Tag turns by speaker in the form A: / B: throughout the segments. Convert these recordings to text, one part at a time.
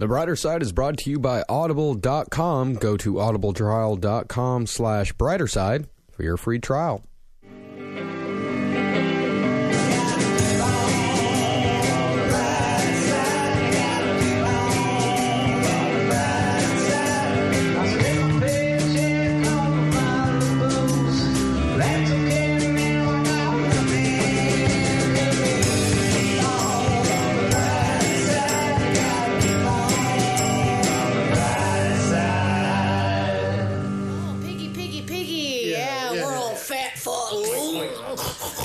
A: The Brighter Side is brought to you by Audible.com. Go to audibletrial.com slash brighter side for your free trial.
B: Oh, Piggy, piggy, piggy. Yeah,
C: Yeah, yeah,
B: we're
C: yeah.
B: all fat fuck.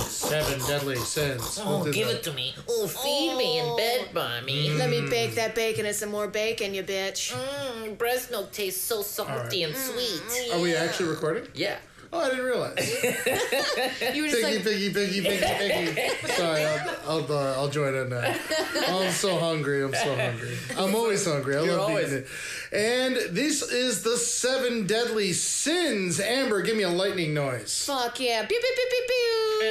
C: Seven deadly sins.
D: Oh, give it to me. Oh, feed me and bed by me.
E: Mm.
B: Let me bake that bacon and some more bacon, you bitch.
C: Mm-hmm.
D: Mm, breast milk tastes so salty and sweet. Oh,
C: Are we actually recording?
D: Yeah.
C: Oh, I didn't realize.
B: You were just
C: Piggy,
B: like,
C: piggy, piggy, piggy, piggy. Sorry, I'll I'll, uh, I'll join in now. Oh, I'm so hungry. I'm so hungry. I'm always hungry. I love
D: always-
C: eating it. And this is the seven deadly sins. Amber, give me a lightning noise.
B: fuck yeah. Pew, pew, pew, pew, pew.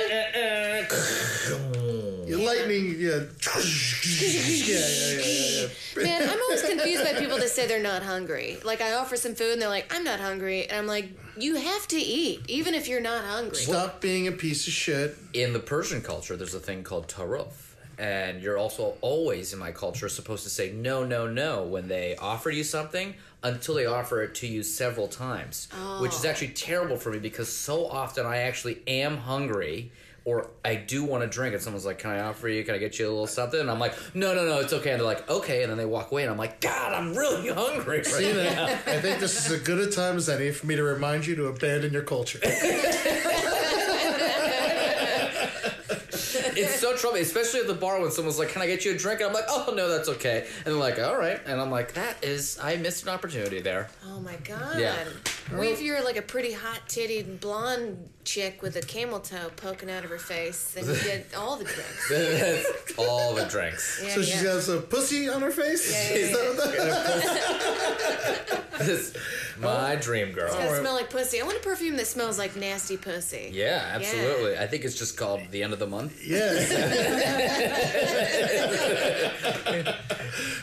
C: Your lightning. Yeah. Yeah, yeah, yeah, yeah.
B: Man, I'm always confused by people that say they're not hungry. Like, I offer some food and they're like, I'm not hungry. And I'm like, you have to eat, even if you're not hungry.
C: Stop being a piece of shit.
E: in the Persian culture, there's a thing called taruf. And you're also always in my culture supposed to say no, no, no when they offer you something until they offer it to you several times, which is actually terrible for me because so often I actually am hungry or I do want to drink and someone's like, "Can I offer you? Can I get you a little something?" And I'm like, "No, no, no, it's okay." And they're like, "Okay," and then they walk away and I'm like, "God, I'm really hungry." Right
C: You
E: now."
C: know, I think this is as good a time as any for me to remind you to abandon your culture.
E: It's so troubling, especially at the bar when someone's like, "Can I get you a drink?" And I'm like, "Oh no, that's okay." And they're like, "All right," and I'm like, "That is, I missed an opportunity there."
B: Oh my god.
E: Yeah.
B: What if you're like a pretty hot titted blonde chick with a camel toe poking out of her face? Then you get all the drinks.
E: That's all the drinks.
B: Yeah,
C: So
B: yeah.
C: she has a pussy on her face?
B: Yeah,
C: Is
B: yeah,
C: that what that
E: This, my dream
B: Gotta
E: girl.
B: smell like pussy. I want a perfume that smells like nasty pussy.
E: Yeah, absolutely. I think it's just called the end of the month.
C: Yes.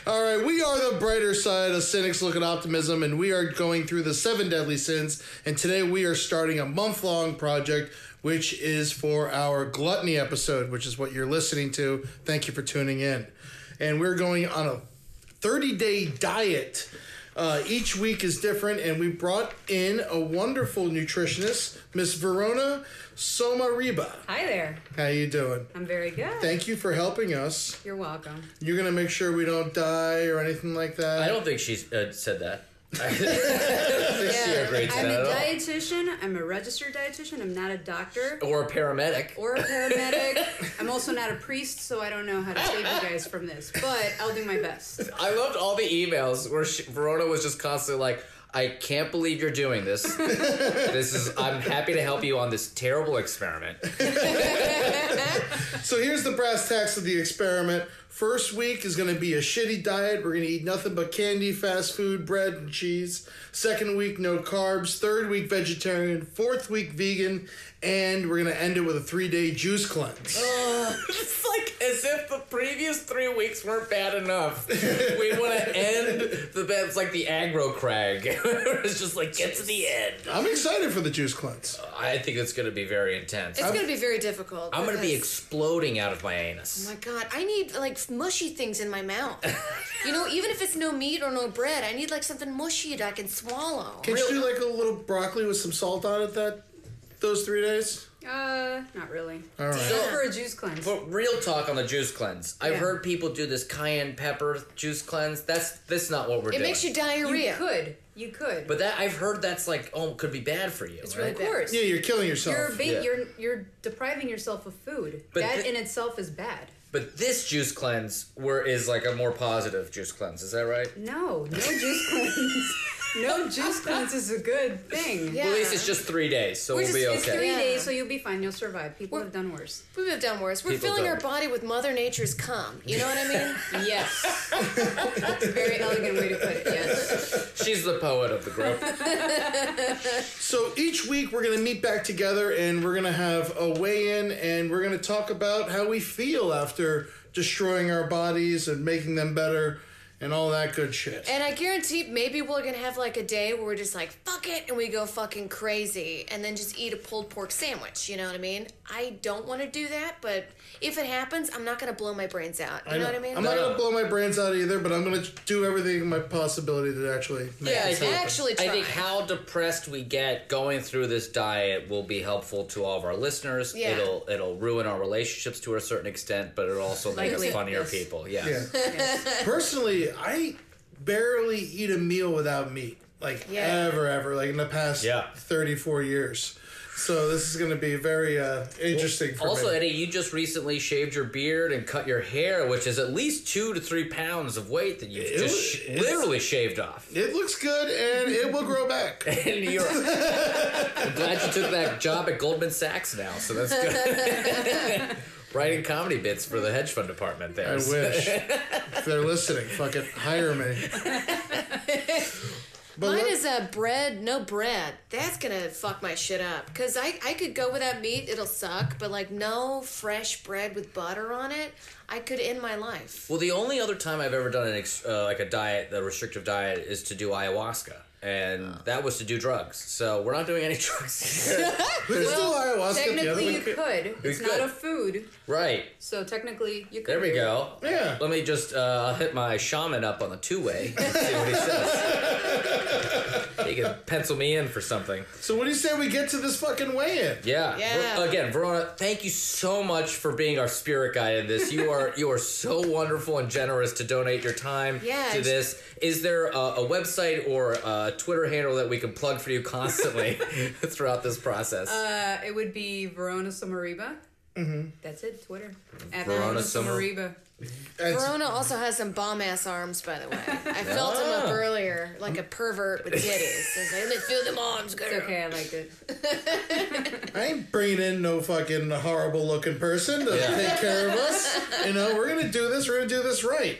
C: All right, we are the brighter side of cynics look at optimism, and we are going through the seven deadly sins. And today we are starting a month long project, which is for our gluttony episode, which is what you're listening to. Thank you for tuning in. And we're going on a 30 day diet. Uh, each week is different, and we brought in a wonderful nutritionist, Miss Verona Somariba.
F: Hi there.
C: How you doing?
F: I'm very good.
C: Thank you for helping us.
F: You're welcome.
C: You're gonna make sure we don't die or anything like that.
E: I don't think she uh, said that. she agreed to
F: I'm
E: that
F: a
E: at all.
F: dietitian. I'm a registered dietitian. I'm not a doctor
E: Or a paramedic.
F: or a paramedic. I'm also not a priest, so I don't know how to save you guys from this, but I'll do my best.
E: I loved all the emails where she, Verona was just constantly like, "I can't believe you're doing this. this is. I'm happy to help you on this terrible experiment."
C: So here's the brass tacks of the experiment. First week is gonna be a shitty diet. We're gonna eat nothing but candy, fast food, bread, and cheese. Second week, no carbs. Third week, vegetarian. Fourth week, vegan. And we're gonna end it with a three day juice cleanse.
E: It's like as if the previous three weeks weren't bad enough. We want to end the bad. It's like the aggro crag. it's just like get to the end.
C: I'm excited for the juice cleanse.
E: I think it's going to be very intense.
B: It's going to be very difficult.
E: I'm going to be
B: because-
E: exploding out of my
B: Oh
E: anus.
B: my god, I need like mushy things in my mouth. you know, even if it's no meat or no bread, I need like something mushy that I can swallow.
C: Can you do like a little broccoli with some salt on it? That those three days.
F: Uh, not really.
C: All right.
F: Except for a juice cleanse.
B: Oh
E: But real talk on the juice cleanse. I've
F: Yeah.
E: heard people do this cayenne pepper juice cleanse. That's that's not what we're
B: it
E: doing.
B: makes you diarrhea.
F: You could. You could.
E: But that I've heard that's like oh could be bad for you.
B: it's
E: right?
B: really
F: of
B: bad.
F: course.
C: Yeah, you're killing yourself.
F: You're, ba-
E: Yeah.
F: you're you're depriving yourself of food.
E: But
F: that
E: thi-
F: in itself is bad.
E: But this juice cleanse were is like a more positive juice cleanse. Is that right?
F: No, no juice cleanse. No juice cleanse is a good thing.
B: Yeah.
E: At least it's just three days, so
B: We're
E: we'll
B: just-
E: be
B: it's
E: okay.
F: Three
B: Yeah.
F: days, so you'll be fine. You'll survive. People have done worse.
B: We've been done worse. We're
E: People
B: filling our
E: don't.
B: body with Mother Nature's cum. You know what I mean?
F: Yes. That's a very elegant way to put it, yes.
E: She's the poet of the group.
C: So each week we're going to meet back together and we're going to have a weigh in and we're going to talk about how we feel after destroying our bodies and making them better and all that good shit.
B: and I guarantee maybe we're gonna have like a day where we're just like fuck it and we go fucking crazy and then just eat a pulled pork sandwich. You know what I mean? I don't want to do that, but if it happens, I'm not gonna blow my brains out. You know, what I mean?
C: I'm not going to blow my brains out either, but I'm going to do everything in my possibility to actually make
E: Yeah, I
C: this
E: think-
C: happen.
B: actually
E: I
B: try.
E: think how depressed we get going through this diet will be helpful to all of our listeners.
B: Yeah.
E: It'll it'll ruin our relationships to a certain extent, but it'll also make us
F: Likely,
E: funnier
F: yes.
E: people. Yeah.
C: Yeah. Personally, I barely eat a meal without meat. Like
B: Yeah.
C: ever, ever. Like in the past
E: Yeah.
C: 34 years. So this is going to be very uh, interesting for
E: Also,
C: me.
E: Eddie, you just recently shaved your beard and cut your hair, which is at least two to three pounds of weight that you've
C: It
E: just
C: was-
E: sh-
C: it's-
E: literally shaved off.
C: It looks good and it will grow back.
E: In New York. I'm glad you took that job at Goldman Sachs now, so that's good. Writing comedy bits for the hedge fund department there.
C: I wish. if they're listening, fucking hire me. But
B: Mine
C: let-
B: is a bread, no bread. That's gonna fuck my shit up. Cause I, I could go without meat, it'll suck, but like no fresh bread with butter on it, I could end my life.
E: Well, the only other time I've ever done an ex- uh, like a diet, a restrictive diet, is to do ayahuasca, and that was to do drugs. So we're not doing any drugs, here.
C: we can still ayahuasca the other
F: Technically, you
C: one.
F: could. It's
E: could.
F: not a food,
E: right?
F: so technically, you could.
E: There we
F: do it.
E: go.
C: Yeah.
E: Let me just uh, hit my shaman up on the two way and see what he says. he can pencil me in for something.
C: So what do you say we get to this fucking weigh-in?
E: Yeah.
B: Yeah.
E: Ver- Again, Verona, thank you so much for being our spirit guide in this. You are you are so wonderful and generous to donate your time
B: Yeah,
E: to
B: and-
E: this. Is there a, a website or a Twitter handle that we can plug for you constantly throughout this process?
F: Uh, it would be Verona Samariba. Mm-hmm. That's it, Twitter. At
E: Verona
F: Verona
E: Samar-
F: Samariba.
B: Verona also has some bomb ass arms, by the way. I felt them
F: Oh.
B: up earlier, like a pervert with titties. I was like, let me feel them arms, girl.
F: It's okay, I liked it.
C: I ain't bringing in no fucking horrible looking person to take care of us. You know, we're gonna do this. We're gonna do this right.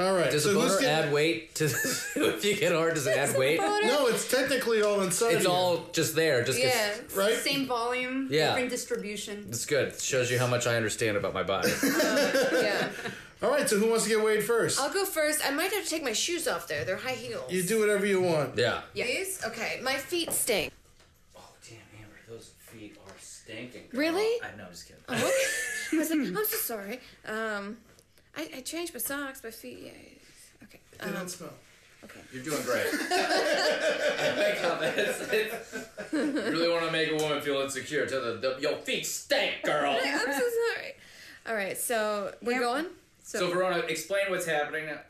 C: All right.
E: does
C: so
E: a
C: who's
E: boner
C: getting-
E: add weight to if you get hard, does it add weight?
C: No, it's technically all inside.
E: It's
C: you.
E: all just there. Just gets-
F: Yeah,
C: Right?
F: same volume,
E: Yeah.
F: different distribution.
E: it's good. It shows you how much I understand about my body.
B: Yeah.
C: All right. So who wants to get weighed 1st
B: I'll go first. I might have to take my shoes off there. They're high heels.
C: you do whatever you want.
E: yeah.
B: These? Okay. My feet stink.
E: Oh damn, Amber, those feet are stinking. Oh,
B: Really?
E: I know, I'm just kidding.
B: I was like, I'm
F: Hmm.
B: so sorry. Um, I, I changed my socks, my feet. Yeah. Okay. Um,
C: They don't smell.
E: You're doing great. I comments. you really want to make a woman feel insecure? Tell the, the your feet stink, girl.
B: I'm so sorry. All right, so we're going.
E: so Verona, explain what's happening. Now.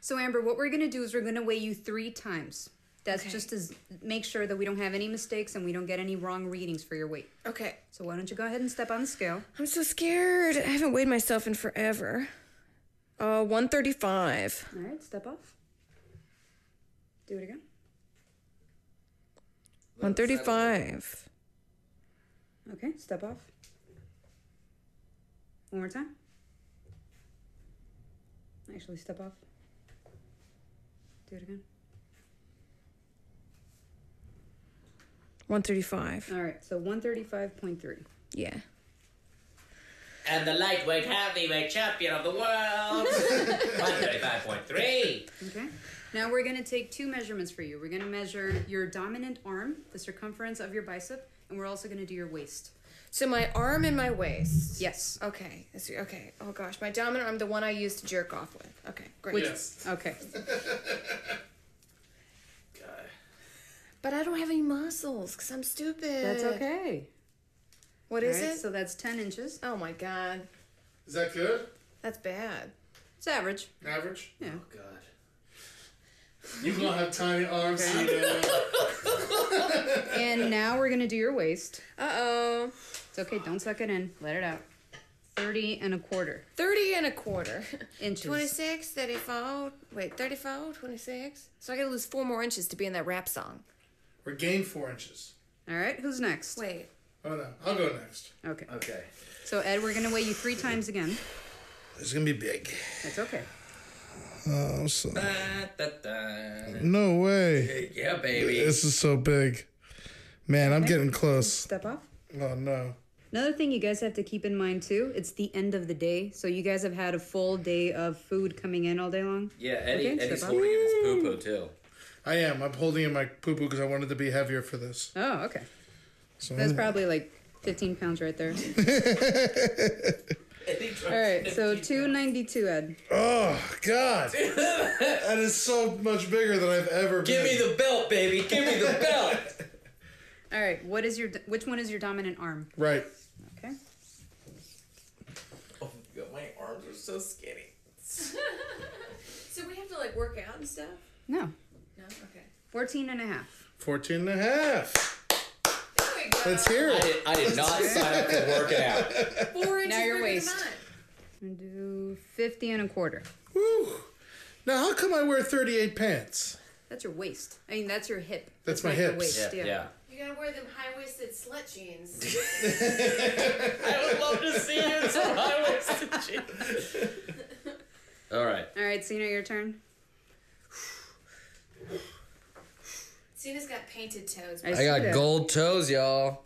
F: So Amber, what we're gonna do is we're gonna weigh you three times. That's just to s- make sure that we don't have any mistakes and we don't get any wrong readings for your weight.
B: Okay,
F: So why don't you go ahead and step on the scale?
B: I'm so scared. I haven't weighed myself in forever. Uh, 135.
F: All right, step off. Do it again.
B: 135.
F: Okay, step off. One more time. Actually, step off. Do it again.
B: 135.
F: All right, so 135.3.
B: Yeah.
E: And the lightweight heavyweight champion of the world, one thirty-five point three.
F: Okay. Now we're going to take two measurements for you. We're going to measure your dominant arm, the circumference of your bicep, and we're also going to do your waist.
B: So my arm and my waist.
F: Yes.
B: Okay. That's, okay. Oh gosh, my dominant arm, the one I used to jerk off with. Okay, great.
F: Which,
C: Yes.
F: Okay.
B: But I don't have any muscles because I'm stupid.
F: That's okay.
B: What is
F: Alright,
B: it?
F: So that's 10 inches.
B: oh my god,
C: Is that good?
B: that's bad.
F: It's average.
C: Average?
F: Yeah.
C: God. You gonna have tiny arms. Cena.
F: And now we're going to do your waist.
B: Uh oh.
F: It's okay. Don't suck it in. Let it out. 30 and a quarter
B: 30 and a quarter.
F: inches.
B: 26, 34, wait, 34, 26. So I gotta lose four more inches to be in that rap song.
C: We're gained four inches.
F: All right. Who's next?
B: Wait.
C: Oh no, I'll go next.
F: Okay.
E: Okay.
F: So, Ed, we're going to weigh you three times again.
C: It's gonna be big.
F: That's okay.
C: Oh, so-
E: Da-da-da.
C: no way.
E: Yeah, baby.
C: This is so big. Man, I'm getting close.
F: Step off.
C: Oh no.
F: Another thing you guys have to keep in mind too, it's the end of the day. So you guys have had a full day of food coming in all day long.
E: Yeah, Eddie.
F: Okay,
E: Eddie's
F: step up.
E: holding in his poo poo too.
C: I am. I'm holding in my poo poo because I wanted to be heavier for this.
F: Oh, okay.
C: So
F: That's probably like 15 pounds right there. all right, so 292, Ed.
C: Oh God. that is so much bigger than I've ever
E: Give me
C: been.
E: the belt, baby. Give me the belt.
F: All right, what is your which one is your dominant arm?
C: Right.
F: Okay.
E: oh, my God, my arms are so skinny.
B: So we have to like work out and stuff?
F: No.
B: No? Okay.
F: 14 and a half.
C: 14 and a half.
B: There we go.
C: Let's hear
E: Ah, I
C: it.
E: did, I did not sign up to work it out.
B: Four inches
F: Now
B: bigger
F: your
B: than
F: waist.
B: mine.
F: I'm gonna do 50 and a quarter.
C: Woo. Now, how come I wear 38 pants?
F: That's your waist. I mean, that's your hip.
C: That's my
F: not your
C: hips.
F: waist,
E: Yeah, yeah.
B: You gotta wear them high waisted slut jeans.
E: I would love to see you in some high waisted All right.
F: All right, Cena, your turn.
B: Cena's got painted toes.
F: I
E: I
F: see
E: got
F: that.
E: gold toes, y'all.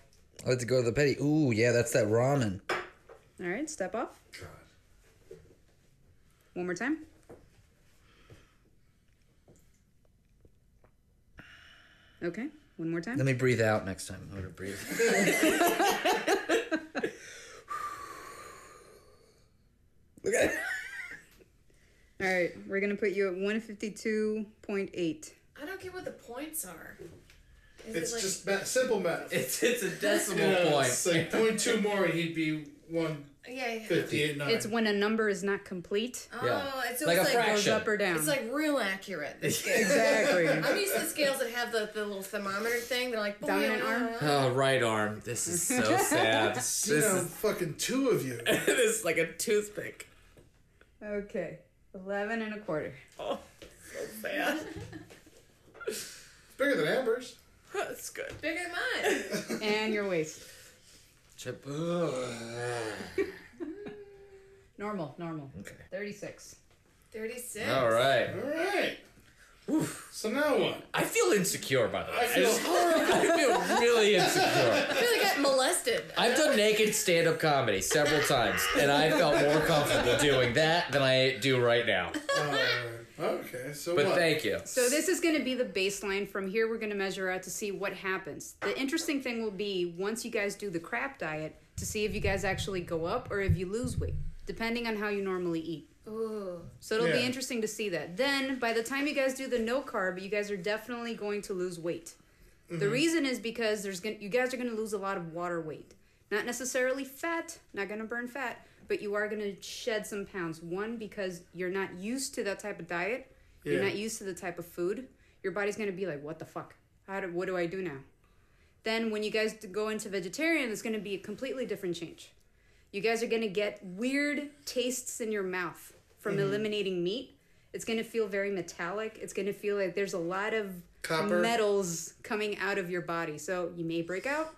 E: Let's go to the petty. Ooh, yeah, that's that ramen.
F: All right, step off. God. One more time. Okay, one more time.
E: Let me breathe out next time. I'm gonna breathe. okay.
F: All right, we're gonna put you at one fifty-two point eight.
B: I don't get what the points are. Is
C: It's
B: it like,
C: just ma- simple math.
E: It's it's a decimal
C: Yeah,
E: point.
C: It's like point two more, and he'd be one
B: yeah. yeah.
C: fifty-eight nine.
F: It's when a number is not complete.
B: Oh,
E: Yeah.
B: it's
E: Like
B: always
E: a
B: like,
E: fraction.
F: Goes up or down.
B: It's like real accurate. the scale.
F: exactly.
B: I'm used to the scales that have the, the little thermometer thing. They're like
F: Dominant arm?
E: Oh, right arm. This is so sad. This
C: you know,
E: is
C: fucking two of you.
E: this is like a toothpick.
F: Okay, eleven and a quarter.
E: Oh, so sad.
C: Bigger than Amber's.
E: That's good.
B: Bigger than mine.
F: And your waist.
E: Chip.
F: Normal, normal.
E: Okay.
F: Thirty-six.
B: 36.
E: All right.
C: All right. So now what?
E: I feel insecure, by the way. I,
C: feel
E: just- I feel really insecure.
B: I feel like I got molested.
E: I've done naked stand up comedy several times, and I felt more comfortable doing that than I do right now.
C: Okay. So
E: But
C: what?
E: thank you.
F: So this is going to be the baseline. From here, we're going to measure out to see what happens. The interesting thing will be once you guys do the crap diet to see if you guys actually go up or if you lose weight, depending on how you normally eat.
B: Ooh.
F: So it'll be
C: Yeah.
F: interesting to see that. Then by the time you guys do the no carb, you guys are definitely going to lose weight. The reason is because there's going to you guys are going to lose a lot of water weight. Not necessarily fat, not going to burn fat, but you are going to shed some pounds. One because you're not used to that type of diet. You're
C: Yeah.
F: not used to the type of food. Your body's going to be like, "What the fuck? How do, what do I do now?" Then when you guys go into vegetarian, it's going to be a completely different change. You guys are going to get weird tastes in your mouth from
E: Mm-hmm.
F: eliminating meat. It's going to feel very metallic. It's going to feel like there's a lot of
C: Copper.
F: metals coming out of your body. So you may break out.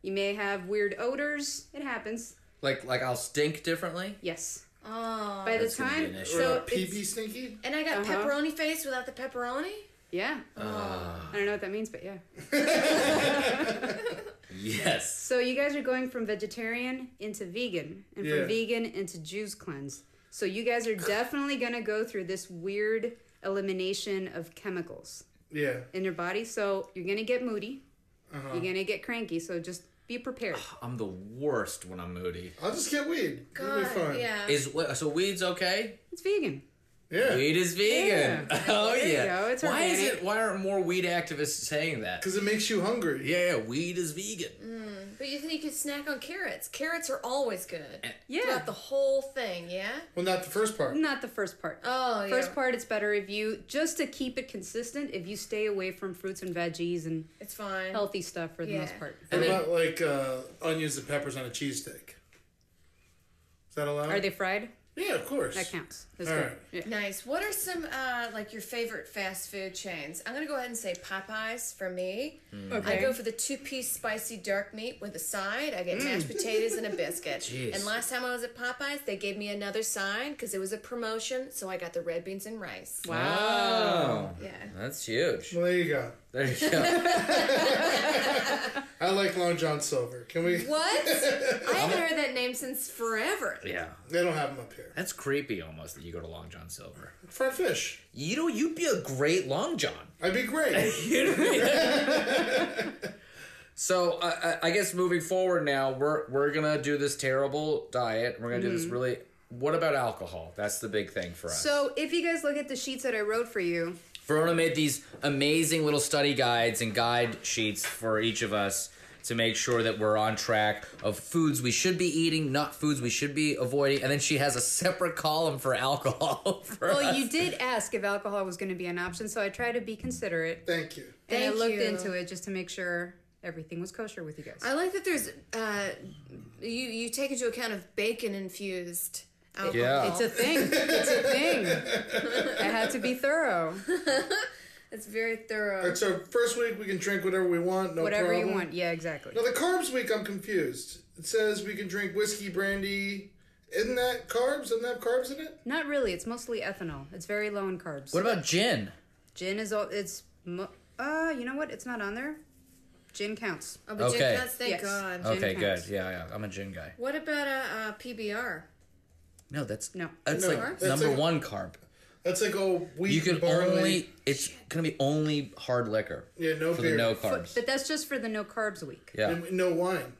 F: You may have weird odors. It happens.
E: Like, like I'll stink differently.
F: Yes. Oh, By the
E: gonna be
F: time,
E: an issue.
F: so
C: PB
F: it's-
C: Stinky.
B: And I got pepperoni face without the pepperoni?
F: yeah. I don't know what that means, but yeah.
E: Yes.
F: So you guys are going from vegetarian into vegan, and
C: Yeah.
F: from vegan into Jews cleanse. So you guys are definitely gonna go through this weird elimination of chemicals
C: Yeah.
F: in your body. So you're gonna get moody.
C: Uh-huh.
F: You're gonna get cranky. So just be prepared.
E: I'm the worst when I'm moody.
C: I'll just get weed. It'll be
B: God,
C: fun.
B: yeah.
F: Uh,
E: Is wh- so weed's okay?
F: It's vegan.
C: Yeah.
E: Weed is vegan. Oh
F: you
E: yeah.
F: go, it's
E: why is
F: organic.
E: it? Why aren't more weed activists saying that?
C: Because it makes you hungry.
E: Yeah, weed is vegan.
B: But you think you could snack on carrots? Carrots are always good.
F: Yeah.
B: Throughout the whole thing, yeah?
C: Well, not the first part.
F: Not the first part.
B: Oh, yeah.
F: First part, it's better if you just to keep it consistent. If you stay away from fruits and veggies and
B: It's fine.
F: healthy stuff for the
B: Yeah.
F: most part,
C: What about like uh, onions and peppers on a cheesesteak? Is that allowed?
F: are they fried?
C: Yeah, of course.
F: That counts. That's
C: All
F: good.
C: right.
F: Yeah.
B: Nice. What are some uh, like your favorite fast food chains? I'm gonna go ahead and say Popeyes for me. I go for the two piece spicy dark meat with a side. I get
F: Mm.
B: mashed potatoes and a biscuit. And last time I was at Popeyes, they gave me another side because it was a promotion, so I got the red beans and rice. Wow.
E: Oh,
B: Yeah.
E: that's huge.
C: Well, there you go.
E: There you go.
C: I like Long John Silver. Can we?
B: What? I haven't heard that name since forever.
E: yeah,
C: They don't have them up here.
E: that's creepy almost that you go to Long John Silver.
C: Fried fish.
E: You know, you'd be a great Long John.
C: I'd be great.
E: So I, I, I guess moving forward now, we're we're gonna do this terrible diet. We're gonna do this really. What about alcohol? That's the big thing for us.
F: Mm-hmm. So if you guys look at the sheets that I wrote for you,
E: Verona made these amazing little study guides and guide sheets for each of us to make sure that we're on track of foods we should be eating, not foods we should be avoiding, and then she has a separate column for alcohol. For
F: well,
E: us.
F: you did ask if alcohol was going to be an option, so I tried to be considerate
C: Thank you.
F: and I
B: Thank
F: looked
B: you.
F: into it just to make sure everything was kosher with you guys.
B: I like that there's uh, you you take into account of bacon infused alcohol.
E: Yeah.
F: It's a thing. It's a thing. I had to be thorough.
B: It's very thorough.
C: It's our first week. We can drink whatever we want. No
F: Whatever
C: problem.
F: you want. Yeah, exactly.
C: Now the carbs week, I'm confused. It says we can drink whiskey, brandy. Isn't that carbs? Doesn't that have carbs in it?
F: Not really. It's mostly ethanol. It's very low in carbs.
E: what about gin?
F: Gin is all. It's. Mo- uh, you know what? It's not on there. Gin counts.
B: oh, but
E: Okay.
B: Jim Cuts, thank
F: Yes.
B: God.
F: Gin
E: okay,
F: counts.
E: good. Yeah, yeah, I'm a gin guy.
B: What about a, uh PBR?
E: No, that's
F: No.
E: That's
C: No,
E: like
C: that's
E: number
C: like-
E: one carb.
C: That's like oh, wheat.
E: You can
C: barley.
E: only. It's gonna be only hard liquor.
C: Yeah, no
E: for
C: beer.
E: the no carbs.
F: But that's just for the no carbs week.
E: yeah.
C: And no wine.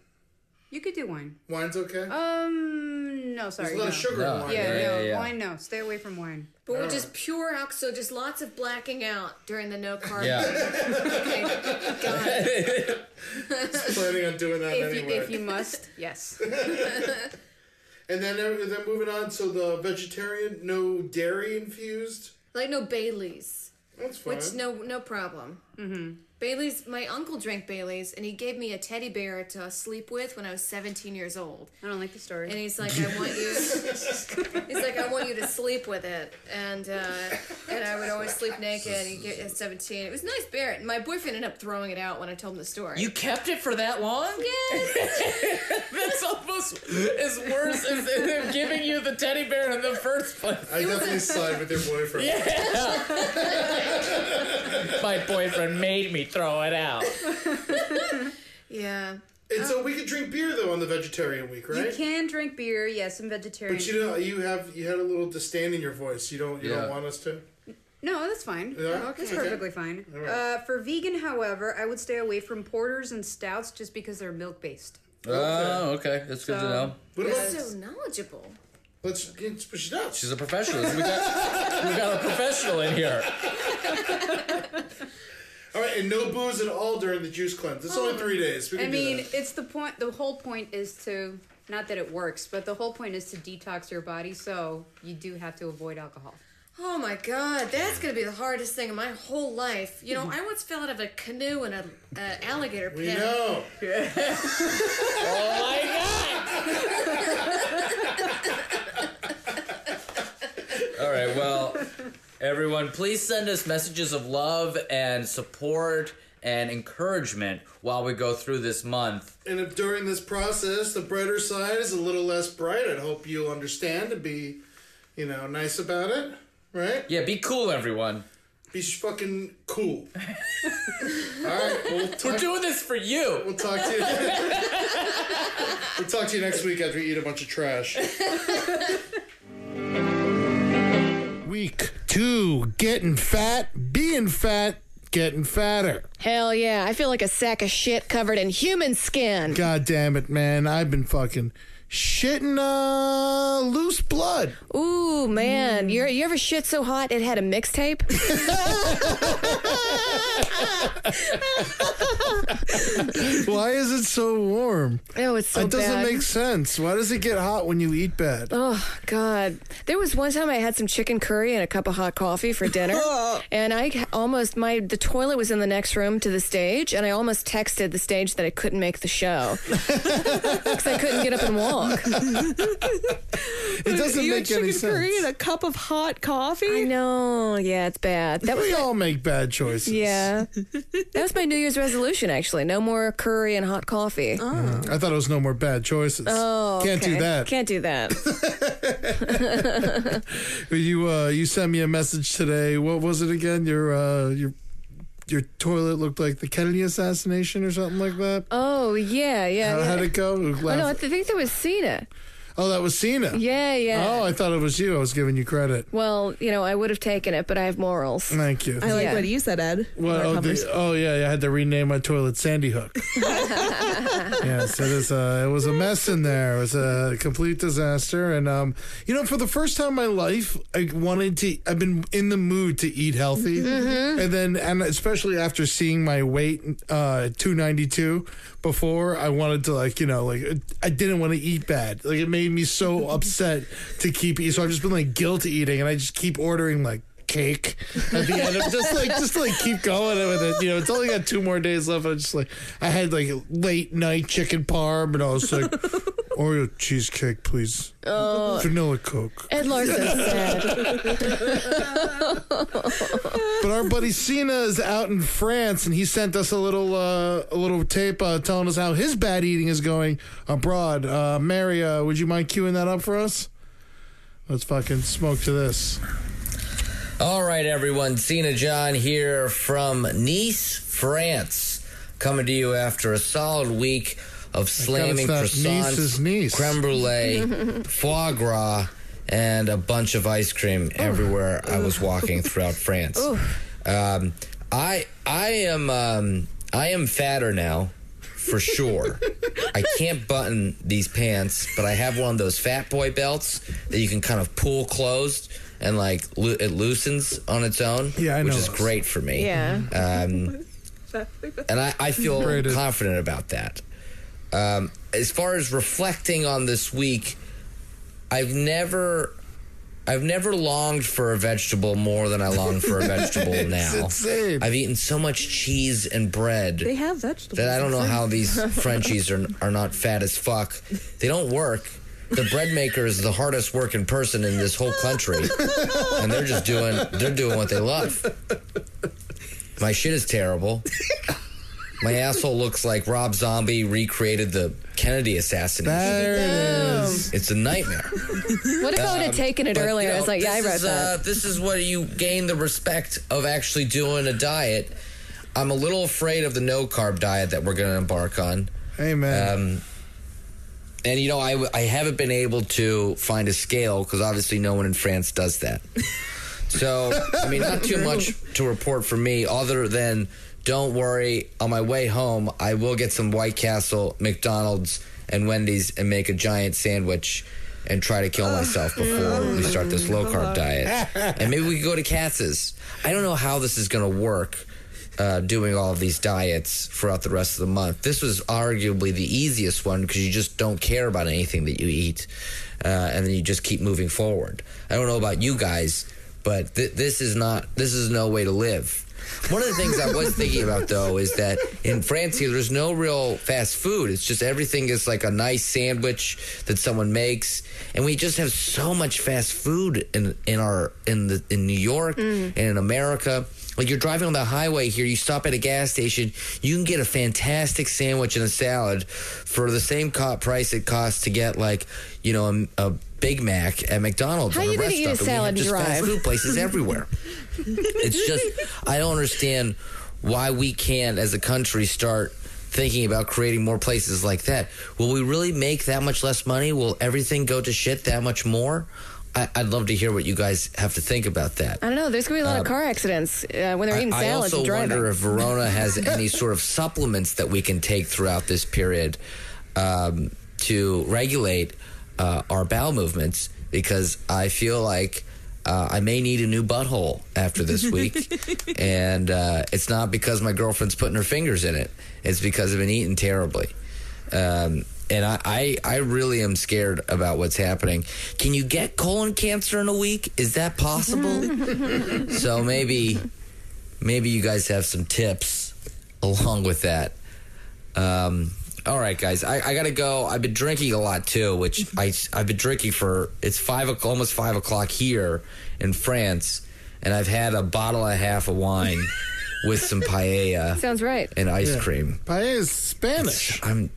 F: You could do wine.
C: Wine's okay.
F: Um, no, Oh, sorry.
C: There's a lot
F: no.
C: of sugar in
E: No.
C: wine.
F: Yeah,
C: right?
E: Yeah,
F: no,
E: yeah, yeah.
F: wine. No, stay away from wine.
B: But we're just pure alcohol, so just lots of blacking out during the no carb.
E: Yeah.
B: Okay. God.
C: planning on doing that
F: If you,
C: anyway.
F: if you must, yes.
C: and then uh, then moving on, so the vegetarian, no dairy infused.
B: Like no Bailey's,
C: That's fine.
B: which no no problem. Mm-hmm. Bailey's. My uncle drank Bailey's, and he gave me a teddy bear to sleep with when I was 17 years old.
F: I don't like the story.
B: And he's like, I want you. he's like, I want you to sleep with it, and uh, and I would always sleep naked. And he get, at 17, it was a nice bear. And my boyfriend ended up throwing it out when I told him the story.
E: You kept it for that long? That's almost as worse as them giving you the teddy bear in the first place.
C: I definitely side with your boyfriend.
E: My boyfriend made me throw it out.
B: yeah.
C: And so we could drink beer though on the vegetarian week, right?
F: You can drink beer, yes, and vegetarian.
C: But you know, you have you had a little disdain in your voice. You don't you
E: Yeah.
C: don't want us to.
F: no, that's fine.
C: Yeah?
F: That's
C: Okay.
F: perfectly fine. Uh, for vegan, however, I would stay away from porters and stouts just because they're milk based.
E: Oh, okay. That's good to know.
C: What
B: You're
C: about
B: so knowledgeable.
C: let's let's push it up?
E: She's a professional. We got, we got a professional in here.
C: All right, and no booze at all during the juice cleanse. It's only three days. We can
F: Oh, I mean,
C: do that.
F: it's the point. The whole point is to not that it works, but the whole point is to detox your body. So you do have to avoid alcohol.
B: Oh my god, that's gonna be the hardest thing in my whole life. You know, I once fell out of a canoe in a uh, alligator
C: Mm-hmm. we
B: pit.
C: know.
E: Oh my god! All right, well, everyone, please send us messages of love and support and encouragement while we go through this month.
C: And if during this process the brighter side is a little less bright, I'd hope you'll understand and be, you know, nice about it, right?
E: Yeah, be cool, everyone.
C: Be sh- fucking cool. All right, we'll
E: We're
C: talk,
E: doing this for you.
C: we'll talk to you. we'll talk to you next week after we eat a bunch of trash. week two getting fat, being fat, getting fatter.
B: Hell yeah, I feel like a sack of shit covered in human skin.
C: God damn it, man. I've been fucking shitting uh loose blood.
B: Ooh man, you you ever shit so hot it had a mixtape?
C: Why is it so warm?
B: Oh, it's so
C: It doesn't
B: bad.
C: make sense. Why does it get hot when you eat bad?
B: Oh God! There was one time I had some chicken curry and a cup of hot coffee for dinner,
C: Oh,
B: and I almost my the toilet was in the next room to the stage, and I almost texted the stage that I couldn't make the show because I couldn't get up and walk.
C: It doesn't
G: you
C: make
G: had
C: any
G: chicken curry
C: sense.
G: and a cup of hot coffee.
B: I know, yeah, it's bad. That was
C: We
B: my-
C: all make bad choices.
B: yeah. That was my New Year's resolution actually. No more curry and hot coffee. Oh,
C: I thought it was no more bad choices. can't do
B: okay.
C: that.
B: Can't do that.
C: You uh, you sent me a message today. What was it again? Your uh, your your toilet looked like the Kennedy assassination or something like that.
B: oh yeah, yeah.
C: How,
G: Uh,
B: yeah.
C: how'd it go?
B: Oh, no, I
C: Laugh-
B: th- think that was Cena.
C: Oh, that was Cena.
B: Yeah,
G: uh,
B: yeah.
C: Oh, I thought it was you. I was giving you credit.
B: Well, you know, I would have taken it, but I have morals.
C: Thank you.
G: I like
B: Yeah.
G: what you said, Ed.
C: Well,
G: Our
C: oh, the-
G: covers.
C: oh, yeah, yeah, I had to rename my toilet Sandy Hook. yes, it is. Uh, it was a mess in there. It was a complete disaster. And um, you know, for the first time in my life, I wanted to. I've been in the mood to eat healthy,
G: Mm-hmm.
C: and then, and especially after seeing my weight, uh, two ninety two. Before I wanted to like you know like I didn't want to eat bad. Like it made me so upset to keep eating. So I've just been like guilt eating, and I just keep ordering like cake at the end. I'm just like, just like keep going with it. You know, it's only got two more days left. I just like, I had like late night chicken parm, and I was like, Oreo cheesecake, please, vanilla coke.
B: Ed Larson said,
C: But our buddy Cena is out in France, and he sent us a little, uh, a little tape uh, telling us how his bad eating is going abroad. Uh, Mary, uh, would you mind queuing that up for us? Let's fucking smoke to this.
E: All right, everyone. Cena John here from Nice, France, coming to you after a solid week of slamming
C: not
E: croissants,
C: Nice's niece.
E: creme brulee, foie gras, and a bunch of ice cream everywhere I was walking throughout France. Um, I I am um, I am fatter now, for sure. I can't button these pants, but I have one of those fat boy belts that you can kind of pull closed and like lo- it loosens on its own.
C: Yeah, I
E: which
C: know
E: is
C: those.
E: great for me.
B: Yeah.
E: Um, and I, I feel confident about that. Um, as far as reflecting on this week, I've never. I've never longed for a vegetable more than I long for a vegetable now.
C: insane.
E: I've eaten so much cheese and bread
G: They have vegetables.
E: that I don't know
G: in
E: how
G: France.
E: these Frenchies are are not fat as fuck. They don't work. The bread maker is the hardest working person in this whole country, and they're just doing they're doing what they love. My shit is terrible. My asshole looks like Rob Zombie recreated the Kennedy assassination.
C: There it is.
E: It's a nightmare.
B: "What if I would have taken it
E: But,
B: earlier?"
E: you
B: I was
E: know,
B: like, "Yeah, I
E: this
B: wrote
E: is,
B: that."
E: Uh, this is where you gain the respect of actually doing a diet. I'm a little afraid of the no carb diet that we're going to embark on.
C: Hey man.
E: Um, and you know, I, I haven't been able to find a scale because obviously no one in France does that. So, I mean, not too much to report for me other than don't worry, on my way home, I will get some White Castle, McDonald's, and Wendy's and make a giant sandwich and try to kill myself before we start this low carb diet. And maybe we could go to Katz's. I don't know how this is going to work. Uh, doing all of these diets throughout the rest of the month. This was arguably the easiest one because you just don't care about anything that you eat, uh, and then you just keep moving forward. I don't know about you guys, but th- this is not this is no way to live one of the things i was thinking about though is that in france here there's no real fast food it's just everything is like a nice sandwich that someone makes and we just have so much fast food in in our in the in new york and in america like you're driving on the highway here you stop at a gas station you can get a fantastic sandwich and a salad for the same co- price it costs to get like you know a, a Big Mac at McDonald's.
B: How
E: or
B: you gonna
E: rest
B: eat a
E: stop, and we have
B: salad and
E: just fast
B: drive?
E: food places everywhere. it's just I don't understand why we can't, as a country, start thinking about creating more places like that. Will we really make that much less money? Will everything go to shit that much more? I, I'd love to hear what you guys have to think about that.
B: I don't know. There's gonna be a lot of
E: Um,
B: car accidents uh, when they're eating
E: I, I
B: salads
E: also
B: and driving.
E: wonder if Verona has any sort of supplements that we can take throughout this period um, to regulate uh, our bowel movements because I feel like uh, I may need a new butthole after this week. and uh, it's not because my girlfriend's putting her fingers in it, it's because I've been eating terribly. Um, and I, I, I really am scared about what's happening. Can you get colon cancer in a week? Is that possible? so maybe maybe you guys have some tips along with that. Um, all right, guys, I, I gotta go. I've been drinking a lot too, which I I've been drinking for it's five o'clock, almost five o'clock here in France, and I've had a bottle and a half of wine with some paella
B: Sounds right.
E: and ice
B: Yeah.
E: cream.
C: Paella is Spanish.
E: I'm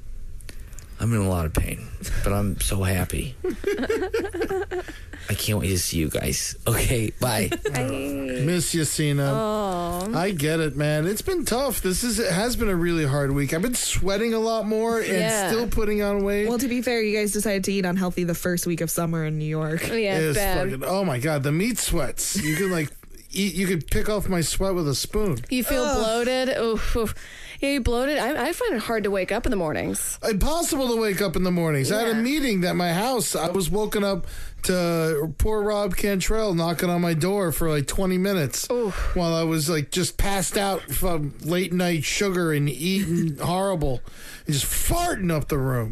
E: I'm in a lot of pain, but I'm so happy. I can't wait to see you guys. Okay, bye.
C: Miss you, Cena. I get it, man. It's been tough. This is it has been a really hard week. I've been sweating a lot more and
G: Yeah.
C: still putting on weight.
G: Well, to be fair, you guys decided to eat unhealthy the first week of summer in New York.
C: It is fucking- oh my god, the meat sweats. You can like eat. You could pick off my sweat with a spoon.
B: You feel bloated. Oof, oof. Yeah, you bloated. I, I find it hard to wake up in the mornings.
C: Impossible to wake up in the mornings. I had a meeting at my house. I was woken up to poor Rob Cantrell knocking on my door for like 20 minutes while I was like just passed out from late night sugar and eating horrible and just farting up the room.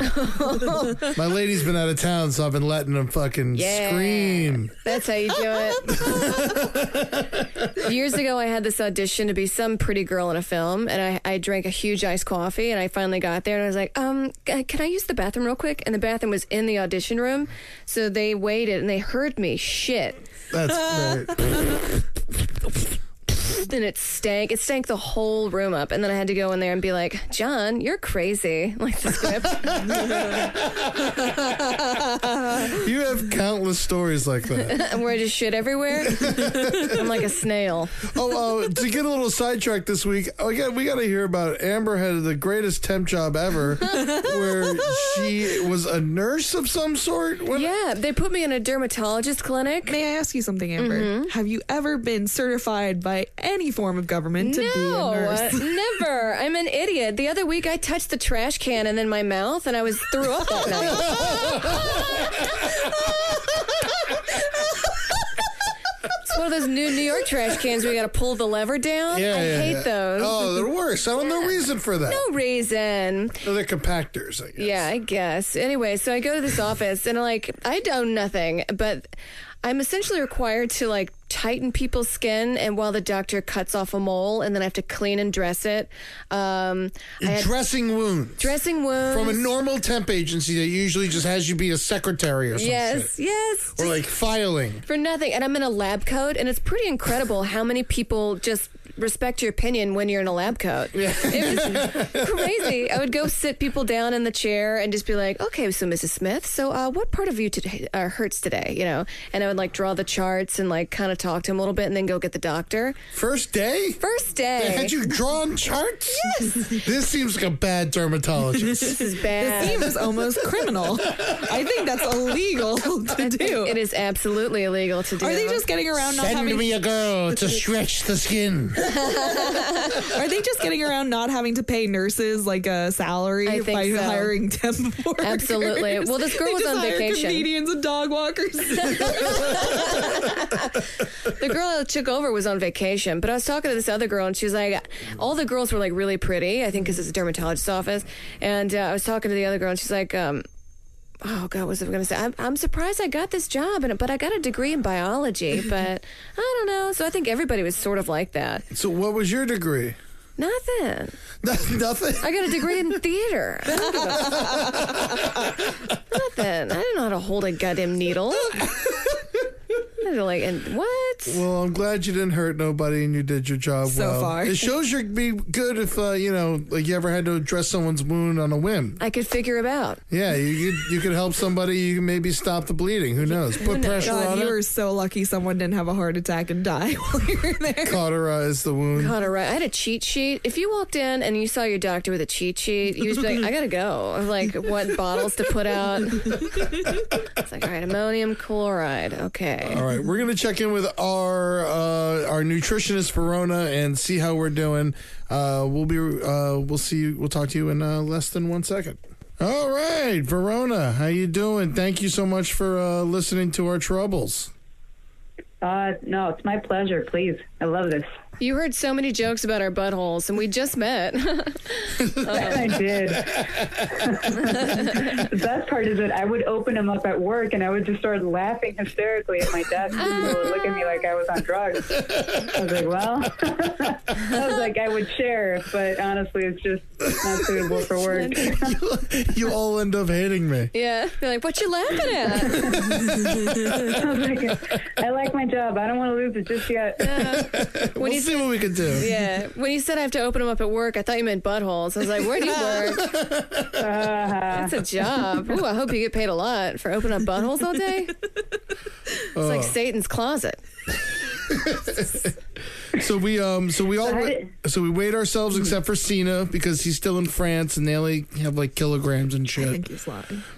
C: my lady's been out of town, so I've been letting him fucking
B: Yeah.
C: scream.
B: That's how you do it. Years ago, I had this audition to be some pretty girl in a film, and I, I drank a huge iced coffee, and I finally got there, and I was like, um, c- can I use the bathroom real quick? And the bathroom was in the audition room, so they waited, and they heard me shit.
C: That's great.
B: Then it stank. It stank the whole room up, and then I had to go in there and be like, "John, you're crazy." Like the script.
C: you have countless stories like that.
B: Where I just shit everywhere. I'm like a snail.
C: oh, uh, to get a little sidetracked this week, I got, we got to hear about Amber had the greatest temp job ever, where she was a nurse of some sort. When
B: yeah, they put me in a dermatologist clinic.
G: May I ask you something, Amber?
B: Mm-hmm.
G: Have you ever been certified by any form of government to be
B: No,
G: a nurse?
B: never. I'm an idiot. The other week, I touched the trash can and then my mouth, and I was threw up that
C: Oh,
B: night. It's one of those new New York trash cans where you got to pull the lever down.
C: Yeah,
B: I
C: yeah,
B: hate
C: yeah.
B: those.
C: Oh, they're worse. I don't know reason for that.
B: No reason.
C: No, they're compactors. I guess.
B: Yeah, I guess. Anyway, so I go to this office and like I own nothing, but I'm essentially required to like tighten people's skin, and while the doctor cuts off a mole, and then I have to clean and dress it. Um, I had-
C: Dressing wounds
B: dressing wounds
C: from a normal temp agency that usually just has you be a secretary or something.
B: Yes, yes.
C: Or like filing.
B: for nothing. And I'm in a lab coat, and it's pretty incredible how many people just respect your opinion when you're in a lab coat. It was crazy. I would go sit people down in the chair and just be like, "Okay, so Mrs. Smith, so uh, what part of you today uh, hurts today?" You know, and I would like draw the charts and like kind of talk to him a little bit, and then go get the doctor.
C: First day.
B: First day.
C: They had you drawn charts? Yes. This seems like a bad dermatologist.
B: This is bad.
G: This seems almost criminal. I think that's illegal to do.
B: It is absolutely illegal to do.
G: Are they just getting around not
C: Send
G: having
C: me a girl to stretch the skin.
G: Are they just getting around not having to pay nurses like a salary
B: I think
G: by
B: so.
G: hiring temp workers?
B: Absolutely. Well, this girl
G: They
B: was
G: just
B: on
G: hire
B: vacation.
G: Comedians and dog walkers.
B: the girl that took over was on vacation, but I was talking to this other girl, and she was like, all the girls were like really pretty, I think, because it's a dermatologist's office. And uh, I was talking to the other girl, and she's like, um, oh God, what was I going to say? I'm, I'm surprised I got this job, and but I got a degree in biology, but I don't know. So I think everybody was sort of like that.
C: So, what was your degree?
B: Nothing.
C: Nothing.
B: I got a degree in theater. I don't give a- Nothing. I didn't know how to hold a goddamn needle. I didn't like and what?
C: Well, I'm glad you didn't hurt nobody and you did your job
B: So
C: well.
B: far.
C: It shows you're be good if uh, you know, like you ever had to address someone's wound on a whim.
B: I could figure him out.
C: Yeah, you could, you could help somebody. You can maybe stop the bleeding. Who knows? Put pressure
G: God,
C: on
G: you
C: it.
G: were so lucky someone didn't have a heart attack and die while you were there.
C: Cauterize the wound.
B: God, all right. I had a cheat sheet. If you walked in and you saw your doctor with a cheat sheet, you just be like, I gotta go. Of, Like what bottles to put out. It's like, all right, ammonium chloride. Okay.
C: All right, we're gonna check in with our uh, our nutritionist Verona and see how we're doing. Uh, we'll be uh, we'll see you, we'll talk to you in uh, less than one second. All right, Verona, how you doing? Thank you so much for uh, listening to our troubles.
F: Uh, no, it's my pleasure. Please, I love this.
B: You heard so many jokes about our buttholes, and we just met.
F: I did. the best part is that I would open them up at work and I would just start laughing hysterically at my desk. and People would look at me like I was on drugs. I was like, well, I was like, I would share, but honestly, it's just not suitable for work.
C: you all end up hating me.
B: yeah. They're like, what you laughing at?
F: I, was like, I like my job. I don't want to lose it just yet.
B: When
C: we'll
B: you
C: see what we can do.
B: Yeah. When you said I have to open them up at work, I thought you meant buttholes. I was like, where do you work?
F: Uh-huh.
B: That's a job. Ooh, I hope you get paid a lot for opening up buttholes all day. It's
F: Oh.
C: Uh,
B: like Satan's closet.
C: so we um so we all
B: So how
C: wa-
B: did-
C: so we weighed ourselves except for Cena because he's still in France and they only have like kilograms and shit.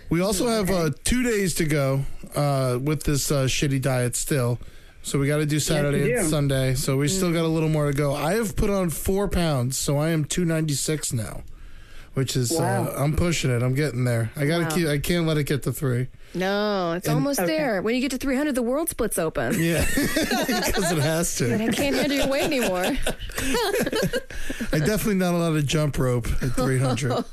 C: We also have uh, two days to go uh, with this uh, shitty diet still. So we got to do Saturday
F: do.
C: and Sunday. So we still
F: Mm.
C: got a little more to go. I have put on four pounds, so I am two ninety six now, which is
B: Wow.
C: uh, I'm pushing it. I'm getting there. I gotta
B: Wow.
C: keep. I can't let it get to three.
B: No, it's
C: And-
B: almost
C: Okay.
B: there. When you get to 300, the world splits open.
C: Yeah, because it has to.
B: But I can't handle your weight anymore.
C: I definitely not allowed to jump rope at 300.